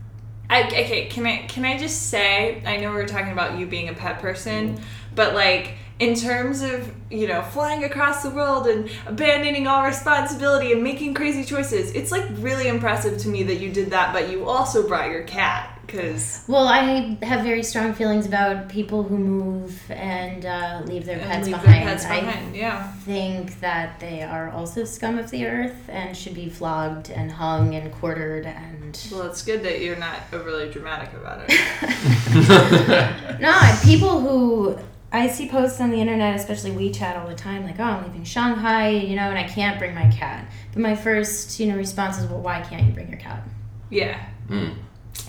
Speaker 3: *laughs* I, okay, can I can I just say I know we were talking about you being a pet person, but like in terms of you know flying across the world and abandoning all responsibility and making crazy choices, it's like really impressive to me that you did that, but you also brought your cat because
Speaker 4: Well, I have very strong feelings about people who move and uh, leave their pets
Speaker 3: leave
Speaker 4: behind.
Speaker 3: their pets
Speaker 4: I
Speaker 3: behind. Yeah,
Speaker 4: think that they are also scum of the earth and should be flogged and hung and quartered and
Speaker 3: well, it's good that you're not overly dramatic about
Speaker 4: *laughs*
Speaker 3: it.
Speaker 4: no and people who i see posts on the internet especially wechat all the time like oh i'm leaving shanghai you know and i can't bring my cat but my first you know response is well why can't you bring your cat
Speaker 3: yeah,
Speaker 2: Hmm.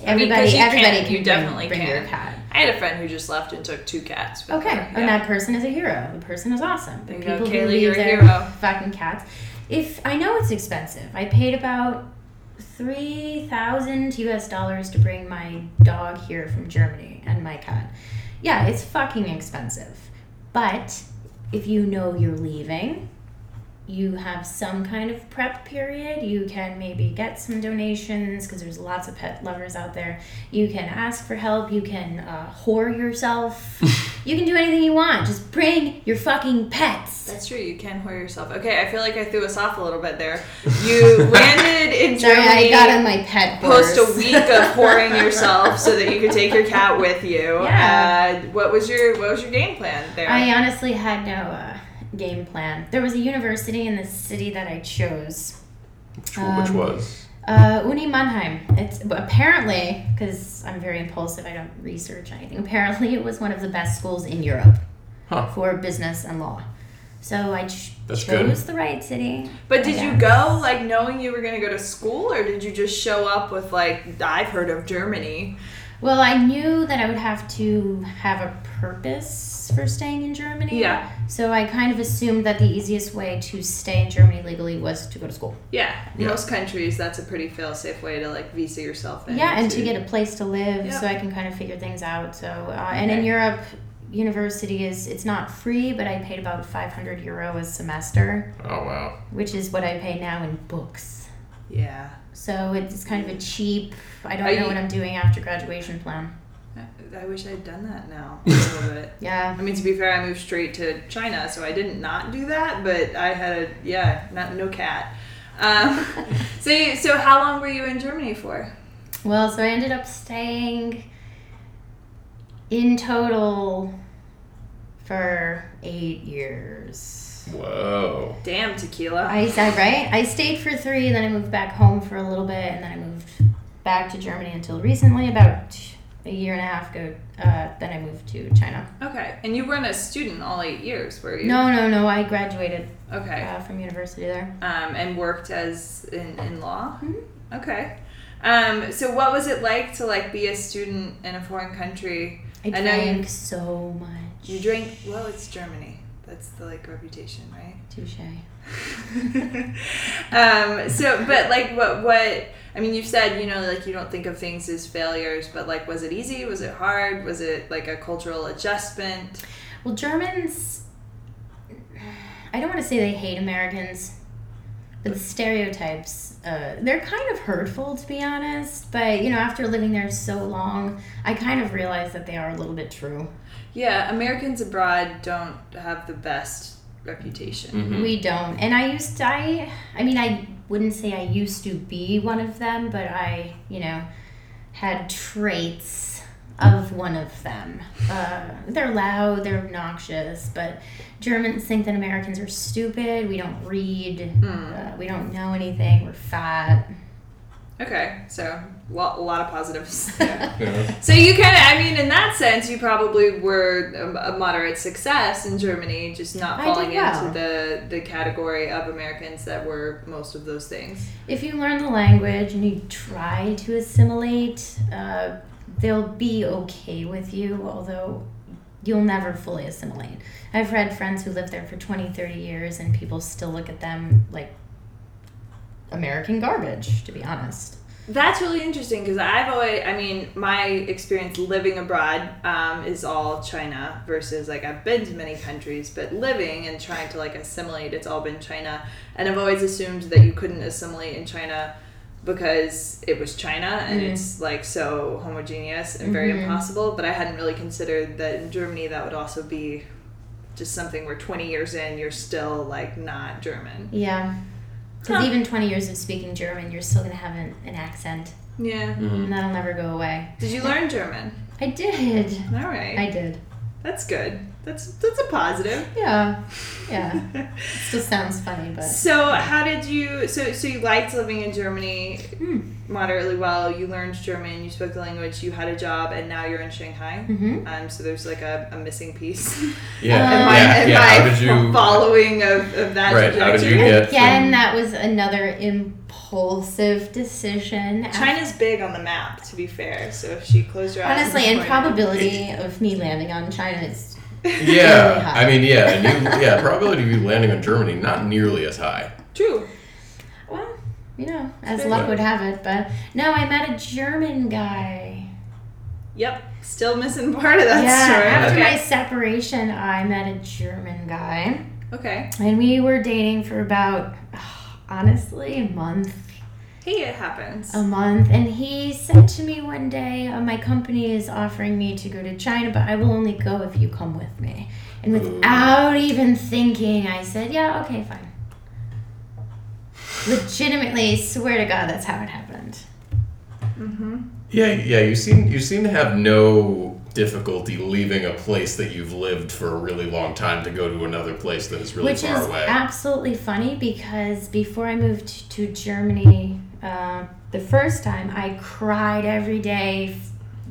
Speaker 4: everybody
Speaker 3: 'cause you can,
Speaker 4: everybody can
Speaker 3: you
Speaker 4: bring,
Speaker 3: definitely
Speaker 4: bring
Speaker 3: can.
Speaker 4: your cat
Speaker 3: I had a friend who just left and took two cats. with
Speaker 4: Okay,
Speaker 3: her.
Speaker 4: and
Speaker 3: Yeah.
Speaker 4: that person is a hero. The person is awesome. But
Speaker 3: Bingo,
Speaker 4: people
Speaker 3: Kaylee,
Speaker 4: who leave
Speaker 3: you're a
Speaker 4: their
Speaker 3: hero.
Speaker 4: fucking cats. If I know it's expensive, I paid about three thousand U.S. dollars to bring my dog here from Germany and my cat. Yeah, it's fucking expensive. But if you know you're leaving, you have some kind of prep period. You can maybe get some donations because there's lots of pet lovers out there. You can ask for help. You can uh, whore yourself. you can do anything you want. Just bring your fucking pets.
Speaker 3: That's true. You can whore yourself. Okay, I feel like I threw us off a little bit there.
Speaker 4: *laughs*
Speaker 3: You landed in
Speaker 4: Sorry,
Speaker 3: Germany.
Speaker 4: I got on my pet
Speaker 3: Post a
Speaker 4: horse.
Speaker 3: week of
Speaker 4: *laughs*
Speaker 3: whoring yourself so that you could take your cat with you.
Speaker 4: Yeah.
Speaker 3: Uh, what was your What was your game plan there?
Speaker 4: I honestly had no uh, game plan. There was a university in the city that I chose
Speaker 2: Which, which
Speaker 4: Um,
Speaker 2: was?
Speaker 4: Uh, Uni Mannheim. It's apparently because I'm very impulsive. I don't research anything. Apparently, it was one of the best schools in Europe
Speaker 2: Huh.
Speaker 4: for business and law. So I ch-
Speaker 2: That's
Speaker 4: chose
Speaker 2: good.
Speaker 4: the right city.
Speaker 3: but did
Speaker 4: yeah.
Speaker 3: you go like knowing you were going to go to school, or did you just show up with like I've heard of Germany?
Speaker 4: Well, I knew that I would have to have a purpose for staying in Germany.
Speaker 3: Yeah.
Speaker 4: So I kind of assumed that the easiest way to stay in Germany legally was to go to school.
Speaker 3: Yeah,
Speaker 2: Yeah.
Speaker 3: most countries that's a pretty fail-safe way to like visa yourself in.
Speaker 4: yeah, and to get a place to live,
Speaker 3: Yep.
Speaker 4: so I can kind of figure things out. So, uh, and in
Speaker 3: Okay.
Speaker 4: Europe, university is it's not free, but I paid about 500 euro a semester,
Speaker 2: Oh wow.
Speaker 4: which is what I pay now in books.
Speaker 3: yeah.
Speaker 4: So it's kind of a cheap. I don't
Speaker 3: Are
Speaker 4: know
Speaker 3: you-
Speaker 4: what I'm doing after graduation plan.
Speaker 3: I- I wish I'd done that now a little bit.
Speaker 4: Yeah.
Speaker 3: *laughs* I mean, to be fair, I moved straight to China, so I didn't not do that, but I had a yeah, not no cat. Um,
Speaker 4: *laughs*
Speaker 3: so you, so how long were you in Germany for?
Speaker 4: Well, so I ended up staying in total for eight years.
Speaker 2: Whoa.
Speaker 3: Damn tequila.
Speaker 4: I said right. I stayed for three, then I moved back home for a little bit, and then I moved back to Germany until recently, about a year and a half ago. Uh, then I moved to China.
Speaker 3: Okay. And you weren't a student all eight years, were you?
Speaker 4: No, no, no. I graduated
Speaker 3: Okay.
Speaker 4: uh, from university there.
Speaker 3: Um, and worked as in, in law?
Speaker 4: Mhm.
Speaker 3: Okay. Um, so what was it like to like be a student in a foreign country?
Speaker 4: I
Speaker 3: I know you-
Speaker 4: drank so much.
Speaker 3: You drink well, it's Germany. That's the like reputation, right?
Speaker 4: Touche.
Speaker 3: *laughs* um, so but like what what I mean you've said, you know, like you don't think of things as failures, but like was it easy? Was it hard? Was it like a cultural adjustment?
Speaker 4: Well, Germans. I don't want to say they hate Americans, but the stereotypes, uh, they're kind of hurtful, to be honest. But, you know, after living there so long, I kind of realized that they are a little bit true.
Speaker 3: Yeah, Americans abroad don't have the best reputation.
Speaker 2: Mhm.
Speaker 4: We don't. And I used to, I, I mean, I wouldn't say I used to be one of them, but I, you know, had traits of one of them. Uh, they're loud, they're obnoxious, but Germans think that Americans are stupid. We don't read, uh, we don't know anything, we're fat.
Speaker 3: Okay, so lo- a lot of
Speaker 4: *laughs*
Speaker 3: positives. *laughs*
Speaker 2: Yeah.
Speaker 3: so you kind of, I mean, in that sense, you probably were a, a moderate success in Germany, just not
Speaker 4: I did
Speaker 3: falling
Speaker 4: well.
Speaker 3: into the the category of Americans that were most of those things.
Speaker 4: If you learn the language and you try to assimilate, uh, they'll be okay with you, although you'll never fully assimilate. I've read friends who lived there for 20, 30 years, and people still look at them like American garbage, to be honest.
Speaker 3: That's really interesting because I've always, I mean, my experience living abroad um, is all China versus like I've been to many countries, but living and trying to like assimilate, it's all been China. And I've always assumed that you couldn't assimilate in China because it was China and
Speaker 4: Mhm.
Speaker 3: it's like so homogeneous and very
Speaker 4: Mhm.
Speaker 3: impossible. But I hadn't really considered that in Germany that would also be just something where 20 years in, you're still like not German.
Speaker 4: Yeah. Because
Speaker 3: Huh.
Speaker 4: even 20 years of speaking German, you're still going to have an, an accent,
Speaker 3: Yeah.
Speaker 2: Mhm.
Speaker 4: and that'll never go away.
Speaker 3: Did you learn German?
Speaker 4: I did.
Speaker 3: All right.
Speaker 4: I did.
Speaker 3: That's good. That's that's a positive.
Speaker 4: Yeah. Yeah. It still sounds funny, but.
Speaker 3: so how did you so so you liked living in Germany
Speaker 4: Mm.
Speaker 3: moderately well, you learned German, you spoke the language, you had a job and now you're in Shanghai.
Speaker 4: hmm
Speaker 3: Um, so there's like a, a missing piece. *laughs*
Speaker 2: Yeah.
Speaker 4: Um,
Speaker 3: Am I,
Speaker 2: Uh, yeah.
Speaker 3: am
Speaker 2: yeah.
Speaker 3: I
Speaker 2: How did you?
Speaker 3: following of, of that
Speaker 2: Right, how did you
Speaker 3: trajectory?
Speaker 2: get-
Speaker 4: Again,
Speaker 2: from-
Speaker 4: that was another impulsive decision.
Speaker 3: China's big on the map, to be fair. So if she closed her eyes,
Speaker 4: honestly, and
Speaker 3: this morning-
Speaker 4: probability of me landing on China is *laughs* really
Speaker 2: Yeah.
Speaker 4: high.
Speaker 2: I mean, yeah. And you, yeah. Probability of you landing on Germany not nearly as high.
Speaker 3: *laughs* true.
Speaker 4: well, you know, as
Speaker 3: Sure.
Speaker 4: luck would have it. But no, I met a German guy.
Speaker 3: Yep, still missing part of that
Speaker 4: yeah,
Speaker 3: story.
Speaker 4: after my
Speaker 3: okay.
Speaker 4: separation, I met a German guy,
Speaker 3: okay.
Speaker 4: and we were dating for about *sighs* honestly a month.
Speaker 3: Hey, it happens.
Speaker 4: a month and he said to me one day uh, my company is offering me to go to china but i will only go if you come with me and without even thinking i said yeah okay fine legitimately swear to god that's how it happened
Speaker 3: mm-hmm.
Speaker 2: Yeah. Yeah. You seem you seem to have no difficulty leaving a place that you've lived for a really long time to go to another place that is really
Speaker 4: which
Speaker 2: far
Speaker 4: is
Speaker 2: away.
Speaker 4: absolutely funny because before i moved to germany uh, the first time i cried every day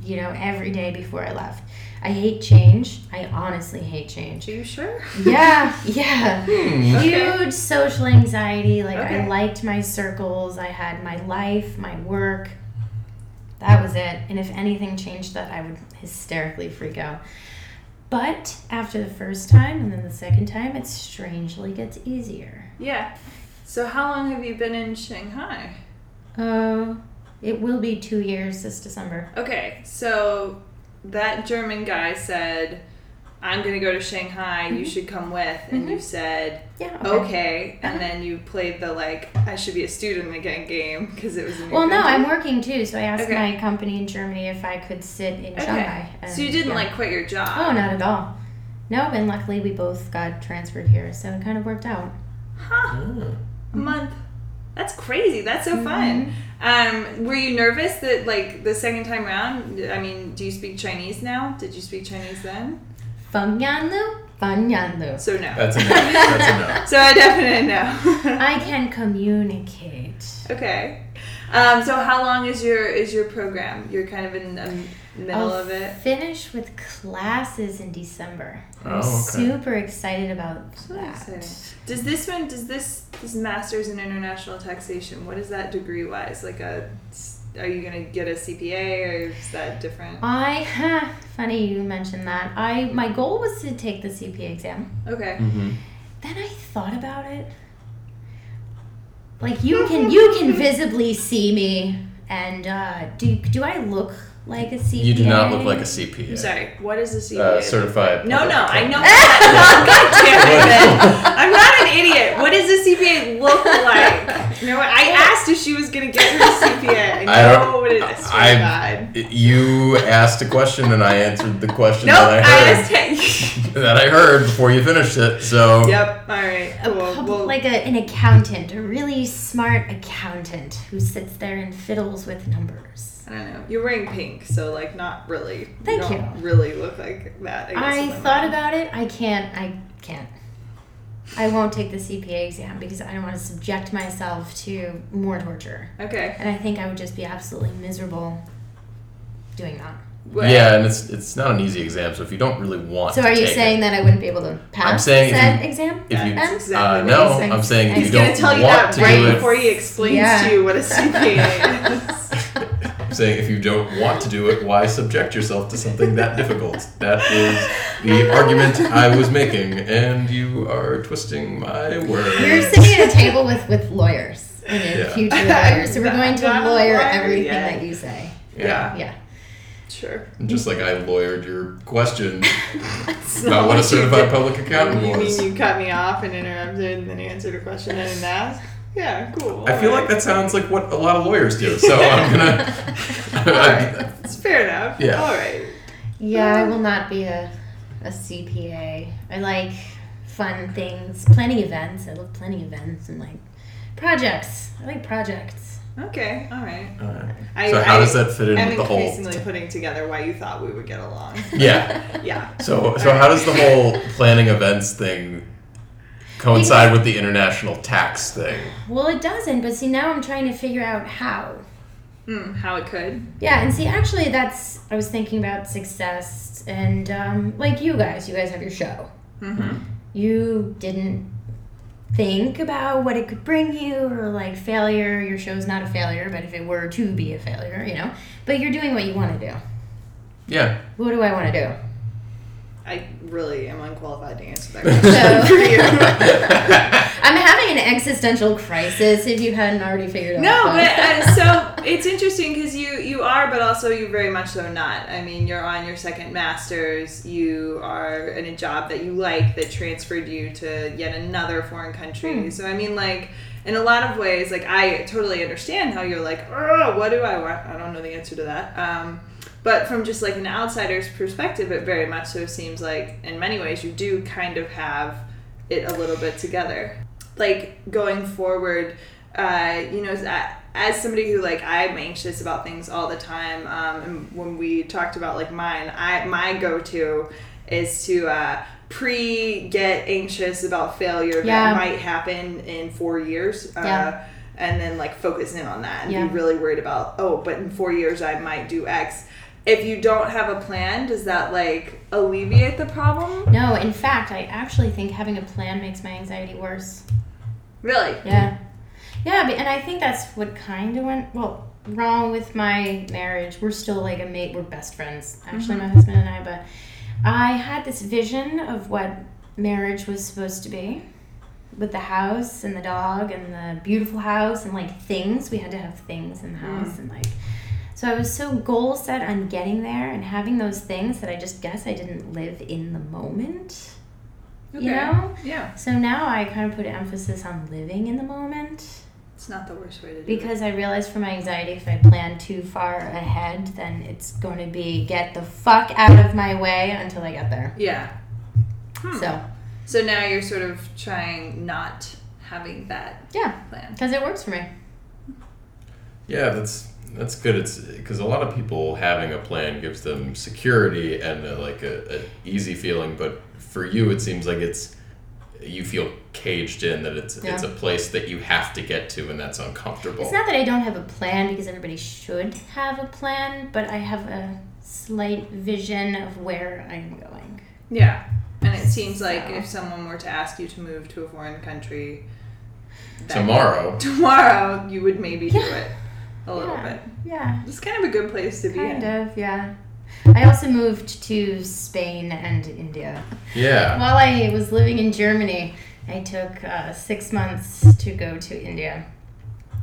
Speaker 4: you know every day before i left i hate change i honestly hate change
Speaker 2: *laughs*
Speaker 3: Are you sure?
Speaker 4: yeah yeah
Speaker 2: Hmm.
Speaker 3: Okay.
Speaker 4: huge social anxiety. Like
Speaker 3: Okay.
Speaker 4: I liked my circles, I had my life, my work. That was it. And if anything changed that, I would hysterically freak out. But after the first time and then the second time, it strangely gets easier.
Speaker 3: Yeah. So how long have you been in Shanghai? Uh,
Speaker 4: Oh, it will be two years this December.
Speaker 3: Okay, so that German guy said, "I'm gonna go to Shanghai.
Speaker 4: Mm-hmm.
Speaker 3: You should come with." And you said,
Speaker 4: Yeah.
Speaker 3: "Okay,",
Speaker 4: Uh-huh.
Speaker 3: and then you played the like, "I should be a student again" game because it was. A new
Speaker 4: Well, no,
Speaker 3: country.
Speaker 4: I'm working too, so I asked
Speaker 3: Okay.
Speaker 4: my company in Germany if I could sit in Shanghai.
Speaker 3: Okay. So you
Speaker 4: and,
Speaker 3: didn't
Speaker 4: yeah.
Speaker 3: like quit your job.
Speaker 4: Oh, not at all. No, and luckily we both got transferred here, so it kind of worked out.
Speaker 3: Huh.
Speaker 2: Oh.
Speaker 3: A month. That's crazy. That's so fun.
Speaker 4: Mm-hmm.
Speaker 3: Um, were you nervous that like the second time round? I mean, do you speak Chinese now? Did you speak Chinese then?
Speaker 4: Fangyanlu, Fangyanlu.
Speaker 3: So no.
Speaker 2: That's enough.
Speaker 3: *laughs*
Speaker 2: That's enough.
Speaker 3: so I definitely know. *laughs*
Speaker 4: I can communicate.
Speaker 3: Okay. Um, so how long is your is your program? You're kind of in the middle
Speaker 4: I'll
Speaker 3: of it.
Speaker 4: Finish with classes in December.
Speaker 2: Oh,
Speaker 4: I'm
Speaker 2: okay.
Speaker 4: super excited about
Speaker 3: So
Speaker 4: that.
Speaker 3: exciting. Does this one? Does this this master's in international taxation? What is that degree wise? Like a, are you gonna get a CPA or is that different?
Speaker 4: I funny you mentioned that. I my goal was to take the CPA exam.
Speaker 3: Okay.
Speaker 2: Mm-hmm.
Speaker 4: Then I thought about it. Like you can you
Speaker 3: *laughs*
Speaker 4: can visibly see me and uh, do do I look like a CPA?
Speaker 2: You do not look like a
Speaker 3: I'm
Speaker 2: CPA.
Speaker 3: sorry. What is a CPA?
Speaker 2: Uh, certified.
Speaker 3: no,
Speaker 2: public
Speaker 3: no, I
Speaker 2: accountant. *laughs*
Speaker 3: know *laughs* that. God damn it. I'm not an idiot. What does a CPA look like? You know what? I asked if she was gonna get her CPA.
Speaker 2: I
Speaker 3: I know
Speaker 2: don't-
Speaker 3: what it is.
Speaker 2: I-
Speaker 3: Oh,
Speaker 2: *laughs*
Speaker 3: God.
Speaker 2: You asked a question and I answered the question
Speaker 3: Nope,
Speaker 2: that I
Speaker 3: I
Speaker 2: heard
Speaker 3: was *laughs* taking.
Speaker 2: *laughs* that I heard before you finished it. So
Speaker 3: Yep. All right.
Speaker 4: a
Speaker 3: Cool.
Speaker 4: pub-
Speaker 3: Well,
Speaker 4: like a, an accountant, a really smart accountant who sits there and fiddles with numbers.
Speaker 3: I don't know. You're wearing pink, so like not really.
Speaker 4: Thank
Speaker 3: you. Don't really look like that. I, guess,
Speaker 4: I
Speaker 3: in my
Speaker 4: thought
Speaker 3: mind.
Speaker 4: about it. I can't. I can't. I won't take the CPA exam because I don't want to subject myself to more torture.
Speaker 3: Okay.
Speaker 4: And I think I would just be absolutely miserable doing that.
Speaker 3: Well,
Speaker 2: yeah, and it's it's not an easy exam. So if you don't really want,
Speaker 4: So
Speaker 2: to
Speaker 4: are you
Speaker 2: take
Speaker 4: saying that I wouldn't be able to pass
Speaker 2: saying if
Speaker 4: said exam?
Speaker 2: it, if you
Speaker 3: That's
Speaker 2: uh,
Speaker 3: exactly what
Speaker 2: no,
Speaker 4: he's saying.
Speaker 2: I'm saying if
Speaker 4: He's
Speaker 2: you
Speaker 3: He's
Speaker 2: don't
Speaker 3: gonna tell you
Speaker 2: want
Speaker 3: that
Speaker 2: to
Speaker 3: right
Speaker 2: do it,
Speaker 3: before he explains
Speaker 4: Yeah.
Speaker 3: to
Speaker 2: *laughs*
Speaker 3: you what a CPA is.
Speaker 2: I'm *laughs* saying if you don't want to do it, why subject yourself to something that difficult? That is the argument I was making, and you are twisting my words.
Speaker 4: You're sitting at a table with, with lawyers and in
Speaker 2: Yeah.
Speaker 4: future lawyers. So we're going to
Speaker 3: Not a
Speaker 4: lawyer
Speaker 3: lawyer
Speaker 4: everything
Speaker 3: yet.
Speaker 4: that you say.
Speaker 3: Yeah.
Speaker 4: Yeah.
Speaker 3: Sure.
Speaker 2: Just like I lawyered your question
Speaker 3: That's
Speaker 2: about
Speaker 3: not
Speaker 2: what a
Speaker 3: you
Speaker 2: certified
Speaker 3: did.
Speaker 2: public accountant
Speaker 3: You
Speaker 2: was.
Speaker 3: mean you cut me off and interrupted and then answered a question I didn't ask? Yeah. Cool.
Speaker 2: I feel like that sounds like what a lot of lawyers do. So Oh,
Speaker 3: *laughs*
Speaker 2: I'm gonna.
Speaker 3: Alright. It's fair enough.
Speaker 2: Yeah.
Speaker 3: All right.
Speaker 4: *laughs* Yeah, I will not be a, a CPA. I like fun things, planning events. I love planning events and like projects. I like projects.
Speaker 3: Okay. All right.
Speaker 2: Alright.
Speaker 3: I,
Speaker 2: so how
Speaker 3: I
Speaker 2: does that fit in
Speaker 3: am
Speaker 2: with the whole?
Speaker 3: increasingly putting together why you thought we would get
Speaker 2: *laughs*
Speaker 3: along.
Speaker 2: Yeah.
Speaker 3: Yeah.
Speaker 2: So so how does the whole planning events thing coincide with the international tax thing?
Speaker 4: *laughs* Well, it doesn't, but see, now I'm trying to figure out how.
Speaker 3: Mm, how it could.
Speaker 4: Yeah, and see, actually, that's I was thinking about success and um, like you guys, you guys have your show.
Speaker 2: Hmm.
Speaker 3: Mhm.
Speaker 4: You didn't think about what it could bring you or like failure. Your show's not a failure, but if it were to be a failure, you know. But you're doing what you want to do.
Speaker 2: Yeah.
Speaker 4: What do I want to do?
Speaker 3: I really am unqualified to answer that
Speaker 4: *laughs*
Speaker 3: question.
Speaker 2: *laughs*
Speaker 4: I'm having an existential crisis. If you hadn't already figured out.
Speaker 3: no, but
Speaker 4: that. *laughs*
Speaker 3: uh, so it's interesting because you you are, but also you very much so not. I mean, you're on your second master's. You are in a job that you like that transferred you to yet another foreign country.
Speaker 4: Hmm.
Speaker 3: So I mean, like in a lot of ways, like I totally understand how you're like, oh, what do I want? I don't know the answer to that. Um, but from just like an outsider's perspective, it very much so seems like in many ways you do kind of have it a little bit together. Like going forward, uh, you know, as, as somebody who like I'm anxious about things all the time. Um, and when we talked about like mine, I my go to is to uh, pre get anxious about failure
Speaker 4: Yeah.
Speaker 3: that might happen in four years. Uh,
Speaker 4: Yeah.
Speaker 3: And then like focus in on that and
Speaker 4: Yeah.
Speaker 3: be really worried about oh, but in four years I might do X. If you don't have a plan, does that like alleviate the problem?
Speaker 4: no, in fact, I actually think having a plan makes my anxiety worse.
Speaker 3: Really?
Speaker 4: Yeah. Yeah, but- and I think that's what kind of went well wrong with my marriage. We're still like a mate. We're best friends, actually, my husband and I. But I had this vision of what marriage was supposed to be, with the house and the dog and the beautiful house and like things. We had to have things in the house and like. So I was so goal set on getting there and having those things that I just guess I didn't live in the moment. You
Speaker 3: Okay.
Speaker 4: know?
Speaker 3: Yeah.
Speaker 4: So now I kind of put emphasis on living in the moment
Speaker 3: It's not the worst way to do it.
Speaker 4: because I realized for my anxiety, if I plan too far ahead, then it's going to be get the fuck out of my way until I get there.
Speaker 3: Yeah. Hmm.
Speaker 4: So,
Speaker 3: So now you're sort of trying not having that
Speaker 4: yeah,
Speaker 3: plan.
Speaker 4: because it works for me.
Speaker 2: Yeah, that's that's good. It's because a lot of people having a plan gives them security and uh like a, a easy feeling, but for you, it seems like it's you feel caged in that it's it's
Speaker 4: Yeah.
Speaker 2: a place that you have to get to and that's uncomfortable.
Speaker 4: It's not that I don't have a plan because everybody should have a plan, but I have a slight vision of where I'm going.
Speaker 3: Yeah. And it seems like
Speaker 4: So.
Speaker 3: if someone were to ask you to move to a foreign country that-
Speaker 2: Tomorrow,
Speaker 3: tomorrow, you would maybe do
Speaker 4: Yeah.
Speaker 3: it a little
Speaker 4: yeah.
Speaker 3: bit.
Speaker 4: Yeah.
Speaker 3: It's kind of a good place to be
Speaker 4: Kind
Speaker 3: in.
Speaker 4: of, yeah. I also moved to Spain and India.
Speaker 2: yeah.
Speaker 4: While I was living in Germany, I took uh, six months to go to India.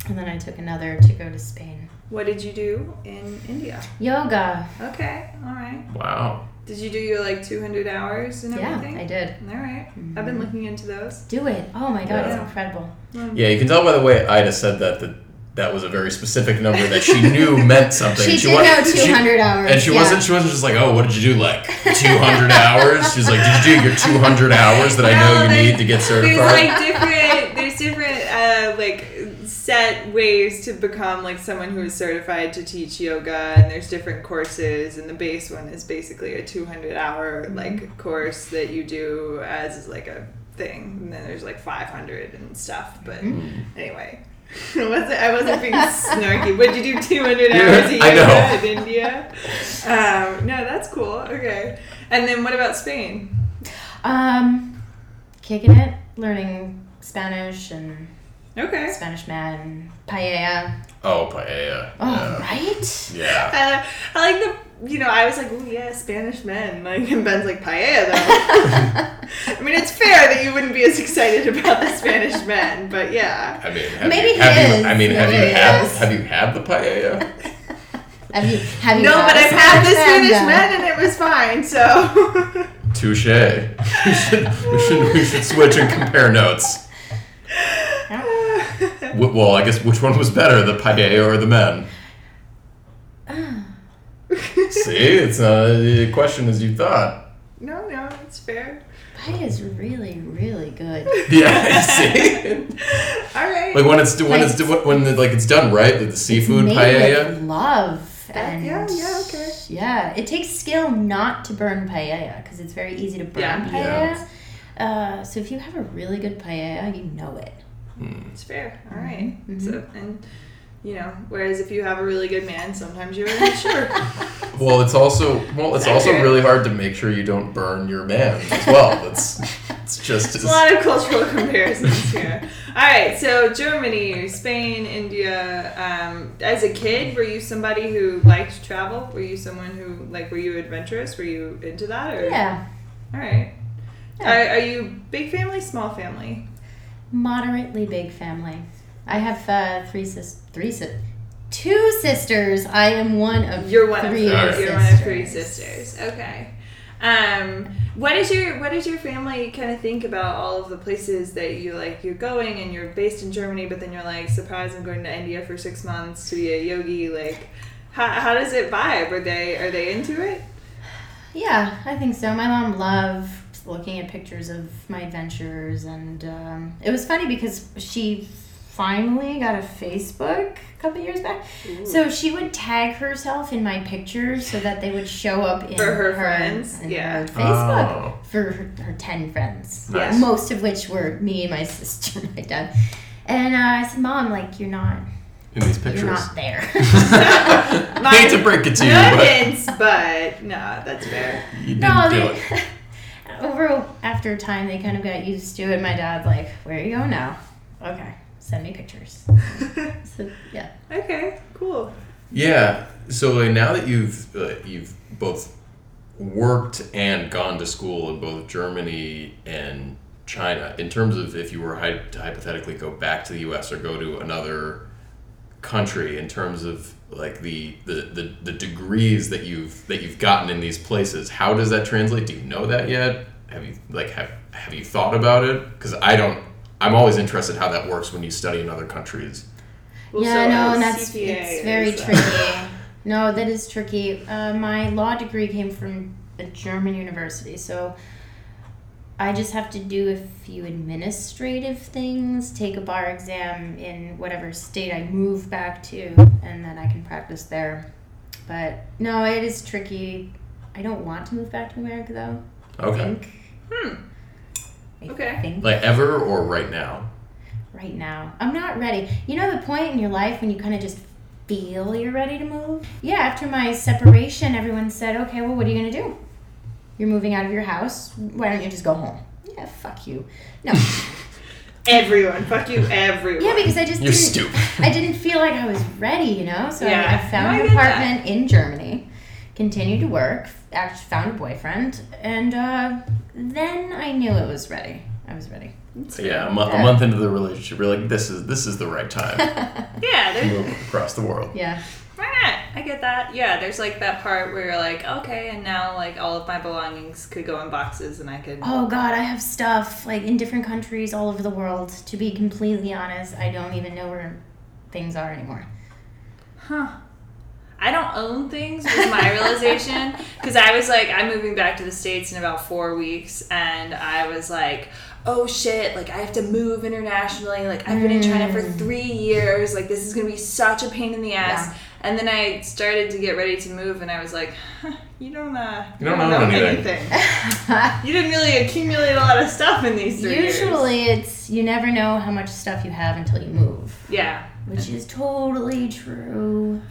Speaker 4: And then I took another to go to Spain.
Speaker 3: What did you do in India?
Speaker 4: Yoga.
Speaker 3: Okay, all right.
Speaker 2: Wow.
Speaker 3: Did you do your like 200 hours and
Speaker 4: Yeah,
Speaker 3: everything?
Speaker 4: I Mm-hmm. did.
Speaker 3: All right. I've been looking into those.
Speaker 4: Do it. Oh my God, it's
Speaker 3: Yeah.
Speaker 4: incredible.
Speaker 2: Yeah, you can tell by the way Ida said that that that was a very specific number that she knew meant something.
Speaker 4: *laughs* She, did
Speaker 2: wa-
Speaker 4: know
Speaker 2: she-
Speaker 4: 200 hours.
Speaker 2: and she
Speaker 4: yeah.
Speaker 2: wasn't she wasn't just like, "Oh, what did you do like 200 hours?" She's like, "Did you do your 200 hours that I know
Speaker 3: Well,
Speaker 2: you
Speaker 3: there's-
Speaker 2: need to get certified?"
Speaker 3: There's like different there's different uh, like set ways to become like someone who is certified to teach yoga and there's different courses and the base one is basically a 200 hour
Speaker 2: Mm-hmm.
Speaker 3: like course that you do as like a thing and then there's like 500 and stuff but
Speaker 2: Mm.
Speaker 3: anyway *laughs* I wasn't, I wasn't being snarky would you do 200 hours a year
Speaker 2: Yeah, I know.
Speaker 3: in India um, no that's cool okay and then what about Spain
Speaker 4: Um, kicking it, learning Spanish and
Speaker 3: okay
Speaker 4: Spanish man, paella.
Speaker 2: oh, paella.
Speaker 4: Oh,
Speaker 2: yeah.
Speaker 4: right? *laughs*
Speaker 2: yeah.
Speaker 3: I, I like the you know I was like oh yeah Spanish men *laughs* like and Ben's like paella though. I mean it's fair that you wouldn't be as excited about the Spanish men, but yeah.
Speaker 2: I mean, have
Speaker 4: Maybe
Speaker 2: you,
Speaker 4: he
Speaker 2: have
Speaker 4: is.
Speaker 2: you, I mean, have you
Speaker 4: Maybe he
Speaker 2: had
Speaker 4: is.
Speaker 2: have you had the paella?
Speaker 4: Have you, have you
Speaker 3: No,
Speaker 4: had
Speaker 3: but
Speaker 4: a
Speaker 3: I've had the Spanish
Speaker 4: though?
Speaker 3: men and it was fine. So *laughs*
Speaker 2: Touche. *laughs* We should, we should we should switch and compare notes. Wh- Well, I guess which one was better, the paella or the men?
Speaker 4: Ah,
Speaker 2: See, it's not a question as you thought. *laughs*
Speaker 3: no, no, it's fair.
Speaker 4: Pie is really, really good.
Speaker 2: Yeah, *laughs* see,
Speaker 3: *laughs* All right. Uh,
Speaker 2: like when it's when it's when the, like it's done right, the, the seafood
Speaker 4: Made
Speaker 2: paella.
Speaker 4: with love.
Speaker 3: That-
Speaker 4: And
Speaker 3: yeah, yeah, okay.
Speaker 4: Yeah, it takes skill not to burn paella because it's very easy to burn
Speaker 3: Yeah.
Speaker 4: paella. Uh, so if you have a really good paella, you know it.
Speaker 3: It's fair. All right. So and you know whereas if you have a really good man, sometimes you're like sure.
Speaker 2: Well, it's also well, it's also
Speaker 3: Accurate.
Speaker 2: really hard to make sure you don't burn your man as
Speaker 4: *laughs*
Speaker 2: well. It's it's just
Speaker 3: It's a lot of cultural *laughs* comparisons here. All right, so Germany, Spain, India. Um, as a kid, were you somebody who liked travel? Were you someone who like were you adventurous? Were you into that? Or?
Speaker 4: Yeah,
Speaker 3: All right.
Speaker 4: Yeah.
Speaker 3: Are, are you big family, small family?
Speaker 4: moderately big family. I have uh, three sis, three sis, two sisters. I am one of
Speaker 3: You're one
Speaker 4: three
Speaker 3: of
Speaker 2: Alright.
Speaker 3: three. You're one of three sisters. Okay. Um, what is your what does your family kind of think about all of the places that you like you're going and you're based in Germany, but then you're like, surprise, I'm going to India for six months to be a yogi. Like, how, how does it vibe? Are they are they into it?
Speaker 4: Yeah, I think so. My mom loved looking at pictures of my adventures, and um, it was funny because she finally got a Facebook a couple years back. So she would tag herself in my pictures so that they would show up in
Speaker 3: For her friends,
Speaker 4: in
Speaker 3: yeah.
Speaker 4: her Facebook
Speaker 2: Oh.
Speaker 4: for her, her ten friends,
Speaker 3: Nice.
Speaker 4: most of which were me, my *laughs* sister, and my dad. And uh, I said, "Mom, like you're not,
Speaker 2: in these
Speaker 4: you're
Speaker 2: pictures.
Speaker 4: not there." *laughs*
Speaker 2: *laughs* Hate to break it *laughs* to you,
Speaker 3: No
Speaker 2: but
Speaker 3: offense, but no, that's fair.
Speaker 2: you didn't
Speaker 4: No,
Speaker 2: do
Speaker 4: they,
Speaker 2: it.
Speaker 4: *laughs* over after time they kind of got used to it. My dad's like, "Where you going now?" Okay, send me pictures. so yeah,
Speaker 3: Okay, cool.
Speaker 2: Yeah. So like, now that you've uh, you've both worked and gone to school in both Germany and China, in terms of if you were hy- to hypothetically go back to the U.S. or go to another country, in terms of like the, the, the, the degrees that you've that you've gotten in these places, how does that translate? Do you know that yet? Have you like have have you thought about it? Because I don't. I'm always interested how that works when you study in other countries.
Speaker 3: Well,
Speaker 4: yeah,
Speaker 3: so
Speaker 4: no,
Speaker 3: uh, a
Speaker 4: and that's
Speaker 3: CPA
Speaker 4: it's very
Speaker 3: is, uh,
Speaker 4: tricky. no, that is tricky. Uh, my law degree came from a German university, so I just have to do a few administrative things, take a bar exam in whatever state I move back to, and then I can practice there. But no, it is tricky. I don't want to move back to America though.
Speaker 2: Okay.
Speaker 4: think.
Speaker 3: Hmm.
Speaker 4: I
Speaker 3: Okay.
Speaker 4: think
Speaker 2: Like ever or right now?
Speaker 4: right now. I'm not ready. You know the point in your life when you kind of just feel you're ready to move? Yeah, after my separation, everyone said, okay, well, what are you going to do? You're moving out of your house. Why don't you just go home? Yeah, fuck you. No.
Speaker 3: Everyone, fuck you, everyone.
Speaker 4: yeah, because I
Speaker 2: *laughs*
Speaker 4: just
Speaker 2: You're
Speaker 4: didn't,
Speaker 2: stupid.
Speaker 4: I didn't feel like I was ready, you know? So
Speaker 3: Yeah.
Speaker 4: I found
Speaker 3: No, I
Speaker 4: an
Speaker 3: get that.
Speaker 4: apartment in Germany, continued to work, actually found a boyfriend, and uh, then I knew it was ready. I was ready. *laughs*
Speaker 2: yeah, a, mo- a
Speaker 4: Yeah.
Speaker 2: month into the relationship, you're like, this is this is the right time to
Speaker 3: yeah,
Speaker 4: *laughs*
Speaker 3: there's,
Speaker 2: move across the world.
Speaker 4: yeah.
Speaker 3: why not? I get that. Yeah, there's like that part where you're like, okay, and now like all of my belongings could go in boxes and I could.
Speaker 4: Oh God, I have stuff like in different countries all over the world. To be completely honest, I don't even know where things are anymore.
Speaker 3: huh. I don't own things was
Speaker 4: *laughs*
Speaker 3: my realization because I was like, I'm moving back to the States in about four weeks, and I was like, oh shit, like I have to move internationally. Like I've been in China for three years. Like this is gonna be such a pain in the ass.
Speaker 4: Yeah.
Speaker 3: And then I started to get ready to move, and I was like, huh, you don't, uh,
Speaker 2: You don't own anything.
Speaker 3: You didn't really accumulate a lot of stuff in these three years.
Speaker 4: Usually, it's you never know how much stuff you have until you move,
Speaker 3: Yeah.
Speaker 4: which is totally true.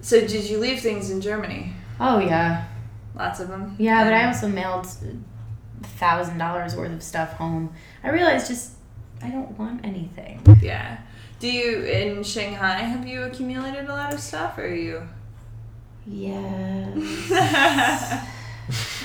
Speaker 3: So did you leave things in Germany?
Speaker 4: Oh yeah,
Speaker 3: Lots of them. Um,
Speaker 4: yeah. But I also mailed thousand dollars worth of stuff home. I realized just I don't want anything.
Speaker 3: Yeah. Do you in Shanghai have you accumulated a lot of stuff or are you *laughs*
Speaker 4: Yeah.
Speaker 3: You're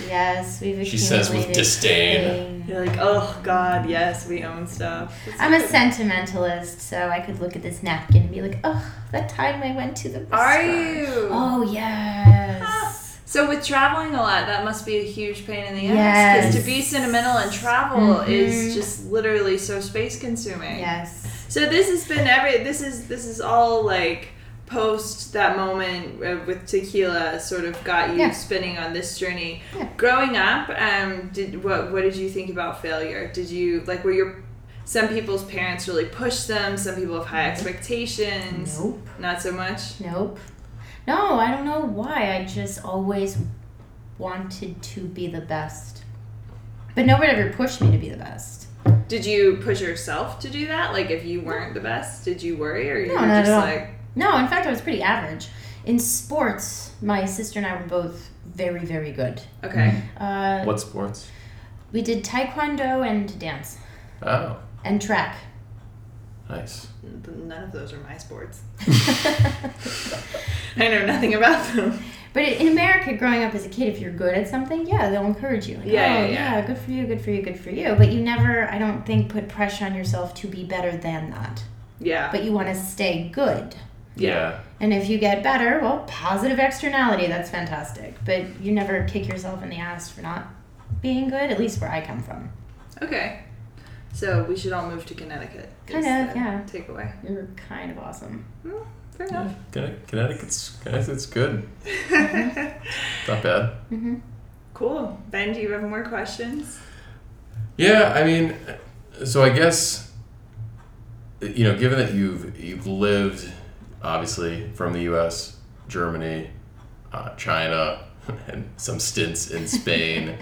Speaker 4: Yes, we've accumulated.
Speaker 2: She says with disdain.
Speaker 4: things.
Speaker 3: like, oh god, yes, we own stuff. It's
Speaker 4: I'm a
Speaker 3: like-
Speaker 4: sentimentalist, so I could look at this napkin and be like, "Oh, that time I went to the restaurant."
Speaker 3: Are you? *laughs*
Speaker 4: Oh yes.
Speaker 3: So with traveling a lot, that must be a huge pain in the ass.
Speaker 4: Yes.
Speaker 3: Because to be sentimental and travel is
Speaker 4: Mhm.
Speaker 3: just literally so space consuming.
Speaker 4: yes.
Speaker 3: So this has been every. This is this is all like post that moment uh, with tequila sort of got you
Speaker 4: Yeah.
Speaker 3: spinning on this journey.
Speaker 4: Yeah.
Speaker 3: Growing up, um, did what what did you think about failure? Did you like were your some people's parents really push them. Some people have high expectations.
Speaker 4: Nope.
Speaker 3: Not so much.
Speaker 4: Nope. No, I don't know why. I just always wanted to be the best, but nobody ever pushed me to be the best.
Speaker 3: Did you push yourself to do that? Like if you weren't the best, did you worry or you
Speaker 4: No,
Speaker 3: were
Speaker 4: not at
Speaker 3: just
Speaker 4: all.
Speaker 3: like
Speaker 4: No, in fact, I was pretty average. In sports, my sister and I were both very, very good.
Speaker 3: okay,
Speaker 4: Uh,
Speaker 2: What sports?
Speaker 4: we did taekwondo and dance
Speaker 2: Oh,
Speaker 4: and track. *laughs*
Speaker 2: nice.
Speaker 4: Mm.
Speaker 3: none of those are my sports. *laughs* I know nothing about them.
Speaker 4: But in America, growing up as a kid, if you're good at something, yeah, they'll encourage you. Like,
Speaker 3: Yeah,
Speaker 4: oh,
Speaker 3: yeah, yeah.
Speaker 4: good for you, good for you, good for you. But you never, I don't think, put pressure on yourself to be better than that.
Speaker 3: Yeah.
Speaker 4: But you want to stay good.
Speaker 2: Yeah.
Speaker 4: And if you get better, well, positive externality, that's fantastic. But you never kick yourself in the ass for not being good, at least where I come from.
Speaker 3: Okay. So we should all move to Connecticut.
Speaker 4: Kind
Speaker 3: is
Speaker 4: of,
Speaker 3: the
Speaker 4: yeah.
Speaker 3: Takeaway.
Speaker 4: You're kind of awesome.
Speaker 3: Well, fair
Speaker 2: yeah.
Speaker 3: enough.
Speaker 2: Conne- Connecticut's Connecticut's good.
Speaker 4: Mm-hmm.
Speaker 2: Not bad.
Speaker 4: hmm
Speaker 3: *laughs* cool. Ben, do you have more questions?
Speaker 2: Yeah, I mean, so I guess you know, given that you've you've lived obviously from the U.S., Germany, uh, China, *laughs* and some stints in
Speaker 3: *laughs*
Speaker 2: Spain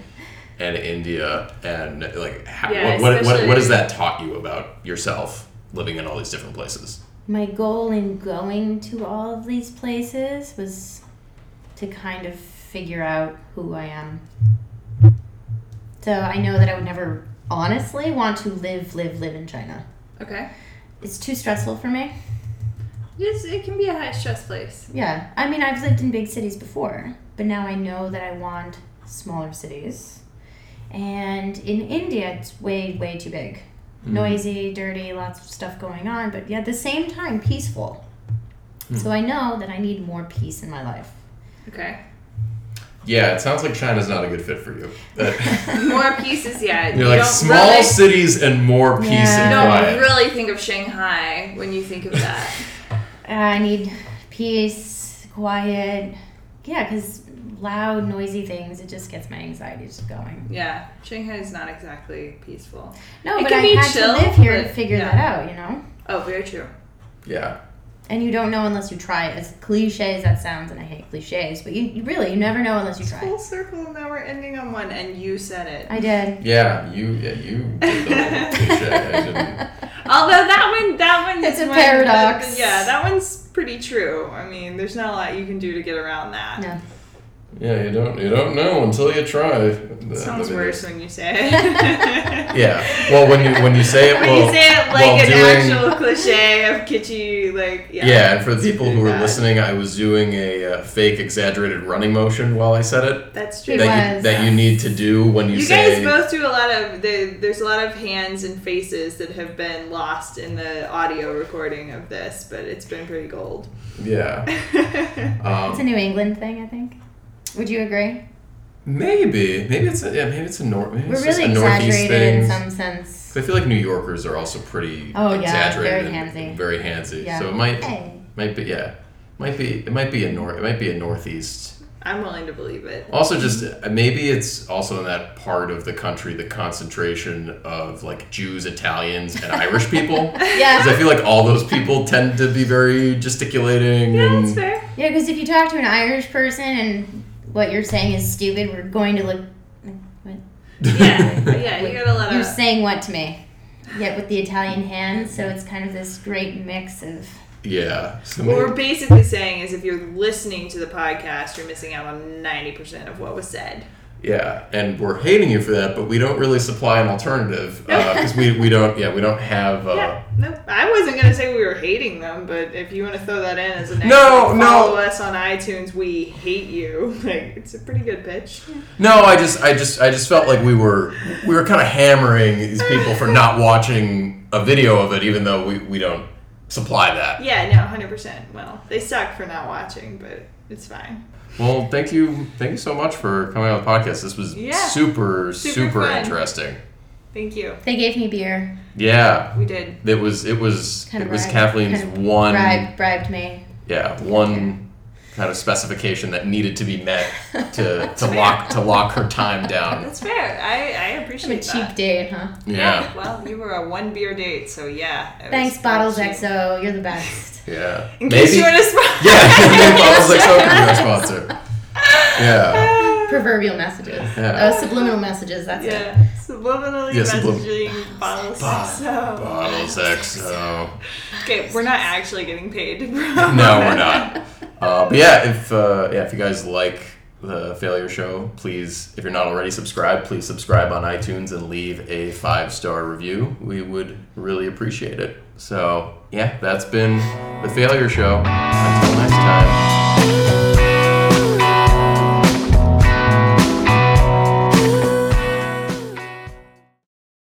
Speaker 2: and India, and like how,
Speaker 3: Yeah,
Speaker 2: what, what, what what has
Speaker 3: especially-
Speaker 2: that taught you about yourself living in all these different places?
Speaker 4: my goal in going to all of these places was to kind of figure out who I am. So I know that I would never honestly want to live, live, live in China.
Speaker 3: Okay.
Speaker 4: It's too stressful for me.
Speaker 3: Yes, it can be a high stress place.
Speaker 4: Yeah. I mean, I've lived in big cities before, but now I know that I want smaller cities. And in India, it's way, way too big.
Speaker 3: Mm.
Speaker 2: Mm-hmm.
Speaker 4: Noisy, dirty, lots of stuff going on, but yet at the same time, peaceful.
Speaker 2: Mm.
Speaker 4: So I know that I need more peace in my life.
Speaker 3: Okay.
Speaker 2: Yeah, it sounds like China's not a good fit
Speaker 3: *laughs*
Speaker 2: for you. That-
Speaker 4: *laughs*
Speaker 3: More pieces, yeah.
Speaker 2: *laughs* you're like small
Speaker 3: Really,
Speaker 2: cities and more peace
Speaker 4: Yeah.
Speaker 3: you
Speaker 2: and
Speaker 3: don't
Speaker 2: quiet.
Speaker 3: really think of Shanghai when you think of that.
Speaker 4: I need peace, quiet. Yeah, because loud, noisy things, it just gets my anxiety just going.
Speaker 3: yeah. Shanghai is not exactly peaceful.
Speaker 4: No,
Speaker 3: It
Speaker 4: but
Speaker 3: can
Speaker 4: I
Speaker 3: be
Speaker 4: had
Speaker 3: chill,
Speaker 4: to live here
Speaker 3: but-
Speaker 4: to figure
Speaker 3: yeah.
Speaker 4: that out, you know?
Speaker 3: Oh, very true.
Speaker 2: yeah,
Speaker 4: And you don't know unless you try it. As cliche as that sounds, and I hate cliches, but you, you really, you never know unless you try.
Speaker 3: Full circle, now we're ending on one, and you said it.
Speaker 4: I did.
Speaker 2: Yeah, you yeah you did the whole cliche. I
Speaker 4: *laughs*
Speaker 2: didn't.
Speaker 3: Although that one, that one,
Speaker 4: It's
Speaker 3: is
Speaker 4: a
Speaker 3: one-
Speaker 4: paradox.
Speaker 3: yeah, that one's pretty true. I mean, there's not a lot you can do to get around that.
Speaker 4: No.
Speaker 2: Yeah, you don't you don't know until you try.
Speaker 3: It sounds
Speaker 2: That-
Speaker 3: worse when you say
Speaker 4: *laughs*
Speaker 3: it.
Speaker 2: Yeah. Well, when you when you say it,
Speaker 3: *laughs* when
Speaker 2: well,
Speaker 3: you say it like
Speaker 2: while
Speaker 3: an
Speaker 2: doing-
Speaker 3: actual cliche of kitschy, like yeah.
Speaker 2: Yeah. and for the people who are
Speaker 3: Bad.
Speaker 2: listening, I was doing a uh, fake exaggerated running motion while I said it.
Speaker 3: that's
Speaker 4: It
Speaker 3: true.
Speaker 4: They-
Speaker 2: that you,
Speaker 4: was.
Speaker 2: that you need to do when you,
Speaker 3: you
Speaker 2: say
Speaker 3: guys both do a lot of the, there's a lot of hands and faces that have been lost in the audio recording of this, but it's been pretty gold. *laughs*
Speaker 2: yeah
Speaker 4: It's a
Speaker 2: um,
Speaker 4: New England thing, I think. Would you agree?
Speaker 2: maybe maybe it's a, yeah maybe it's a north maybe it's
Speaker 4: We're
Speaker 2: just
Speaker 4: really
Speaker 2: a northeast
Speaker 4: exaggerated
Speaker 2: thing
Speaker 4: in some sense.
Speaker 2: 'Cause I feel like New Yorkers are also pretty
Speaker 4: Oh, yeah,
Speaker 2: exaggerated
Speaker 4: very
Speaker 2: and-
Speaker 4: handsy.
Speaker 2: and very handsy
Speaker 4: Yeah.
Speaker 2: so it might
Speaker 4: Hey.
Speaker 2: might be yeah might be it might be a north it might be a northeast
Speaker 3: I'm willing to believe it.
Speaker 2: also just
Speaker 3: mm-hmm.
Speaker 2: uh, maybe it's also in that part of the country the concentration of like Jews Italians and Irish
Speaker 3: *laughs*
Speaker 2: people
Speaker 4: *laughs*
Speaker 2: because I
Speaker 4: Yeah.
Speaker 2: feel like all those people tend to be very gesticulating
Speaker 3: Yeah,
Speaker 2: and *laughs*
Speaker 3: that's fair.
Speaker 4: Yeah, because if you talk to an Irish person and what you're saying is stupid, we're going to look. What?
Speaker 3: Yeah, yeah, you got a lot
Speaker 4: You're
Speaker 3: of.
Speaker 4: saying what to me? Yet with the Italian hand, so it's kind of this great mix of.
Speaker 2: yeah So
Speaker 3: What
Speaker 2: maybe-
Speaker 3: we're basically saying is if you're listening to the podcast, you're missing out on 90% of what was said.
Speaker 2: Yeah, and we're hating you for that, but we don't really supply an alternative
Speaker 3: *laughs*
Speaker 2: because we, we don't yeah we don't have uh,
Speaker 3: yeah, nope. I wasn't going to say we were hating them, but if you want to throw that in as a negative,
Speaker 2: No, no.
Speaker 3: follow us on iTunes, we hate you. *laughs* Like, it's a pretty good pitch.
Speaker 2: no I just I just I just felt like we were we were kind of hammering these people for not watching a video of it even though we, we don't supply that.
Speaker 3: Yeah, no, 100%. Well, they suck for not watching, but it's fine.
Speaker 2: Well, thank you thank you so much for coming on the podcast. This was
Speaker 3: Yeah.
Speaker 2: super super,
Speaker 3: Super fun.
Speaker 2: interesting.
Speaker 3: Thank you.
Speaker 4: They gave me beer,
Speaker 2: Yeah,
Speaker 3: We did.
Speaker 2: it was it was
Speaker 4: Kinda
Speaker 2: it was
Speaker 4: bribed-
Speaker 2: Kathleen's
Speaker 4: kinda
Speaker 2: one
Speaker 4: bribed, bribed me.
Speaker 2: yeah one kind of specification that needed to be
Speaker 4: *laughs*
Speaker 2: met to,
Speaker 3: *laughs*
Speaker 2: to lock to lock her time down.
Speaker 3: That's fair. I, I
Speaker 4: I'm a
Speaker 3: appreciate that.
Speaker 4: cheap date, huh?
Speaker 2: Yeah.
Speaker 3: Well, you were a one beer date, so yeah. it was
Speaker 4: Thanks, Bottles
Speaker 3: cheap.
Speaker 4: XO. You're the best.
Speaker 2: Yeah.
Speaker 3: In case you want to sponsor.
Speaker 2: *laughs* Yeah. Bottles like so could be our sponsor. Yeah.
Speaker 3: *laughs*
Speaker 2: *laughs*
Speaker 4: Proverbial messages.
Speaker 2: Yeah.
Speaker 4: Oh, subliminal messages. That's it.
Speaker 3: Yeah, subliminally
Speaker 2: Yeah,
Speaker 3: messaging
Speaker 2: sublimin-
Speaker 3: bottles. so.
Speaker 2: Bottles XO.
Speaker 3: Okay, we're not actually getting paid. no, we're
Speaker 2: No,
Speaker 3: *laughs*
Speaker 2: we're not. Uh, but yeah, if uh, yeah, if you guys like the Failure Show, please, if you're not already subscribed, please subscribe on iTunes and leave a five star review. We would really appreciate it. So yeah, that's been the Failure Show. Until next time.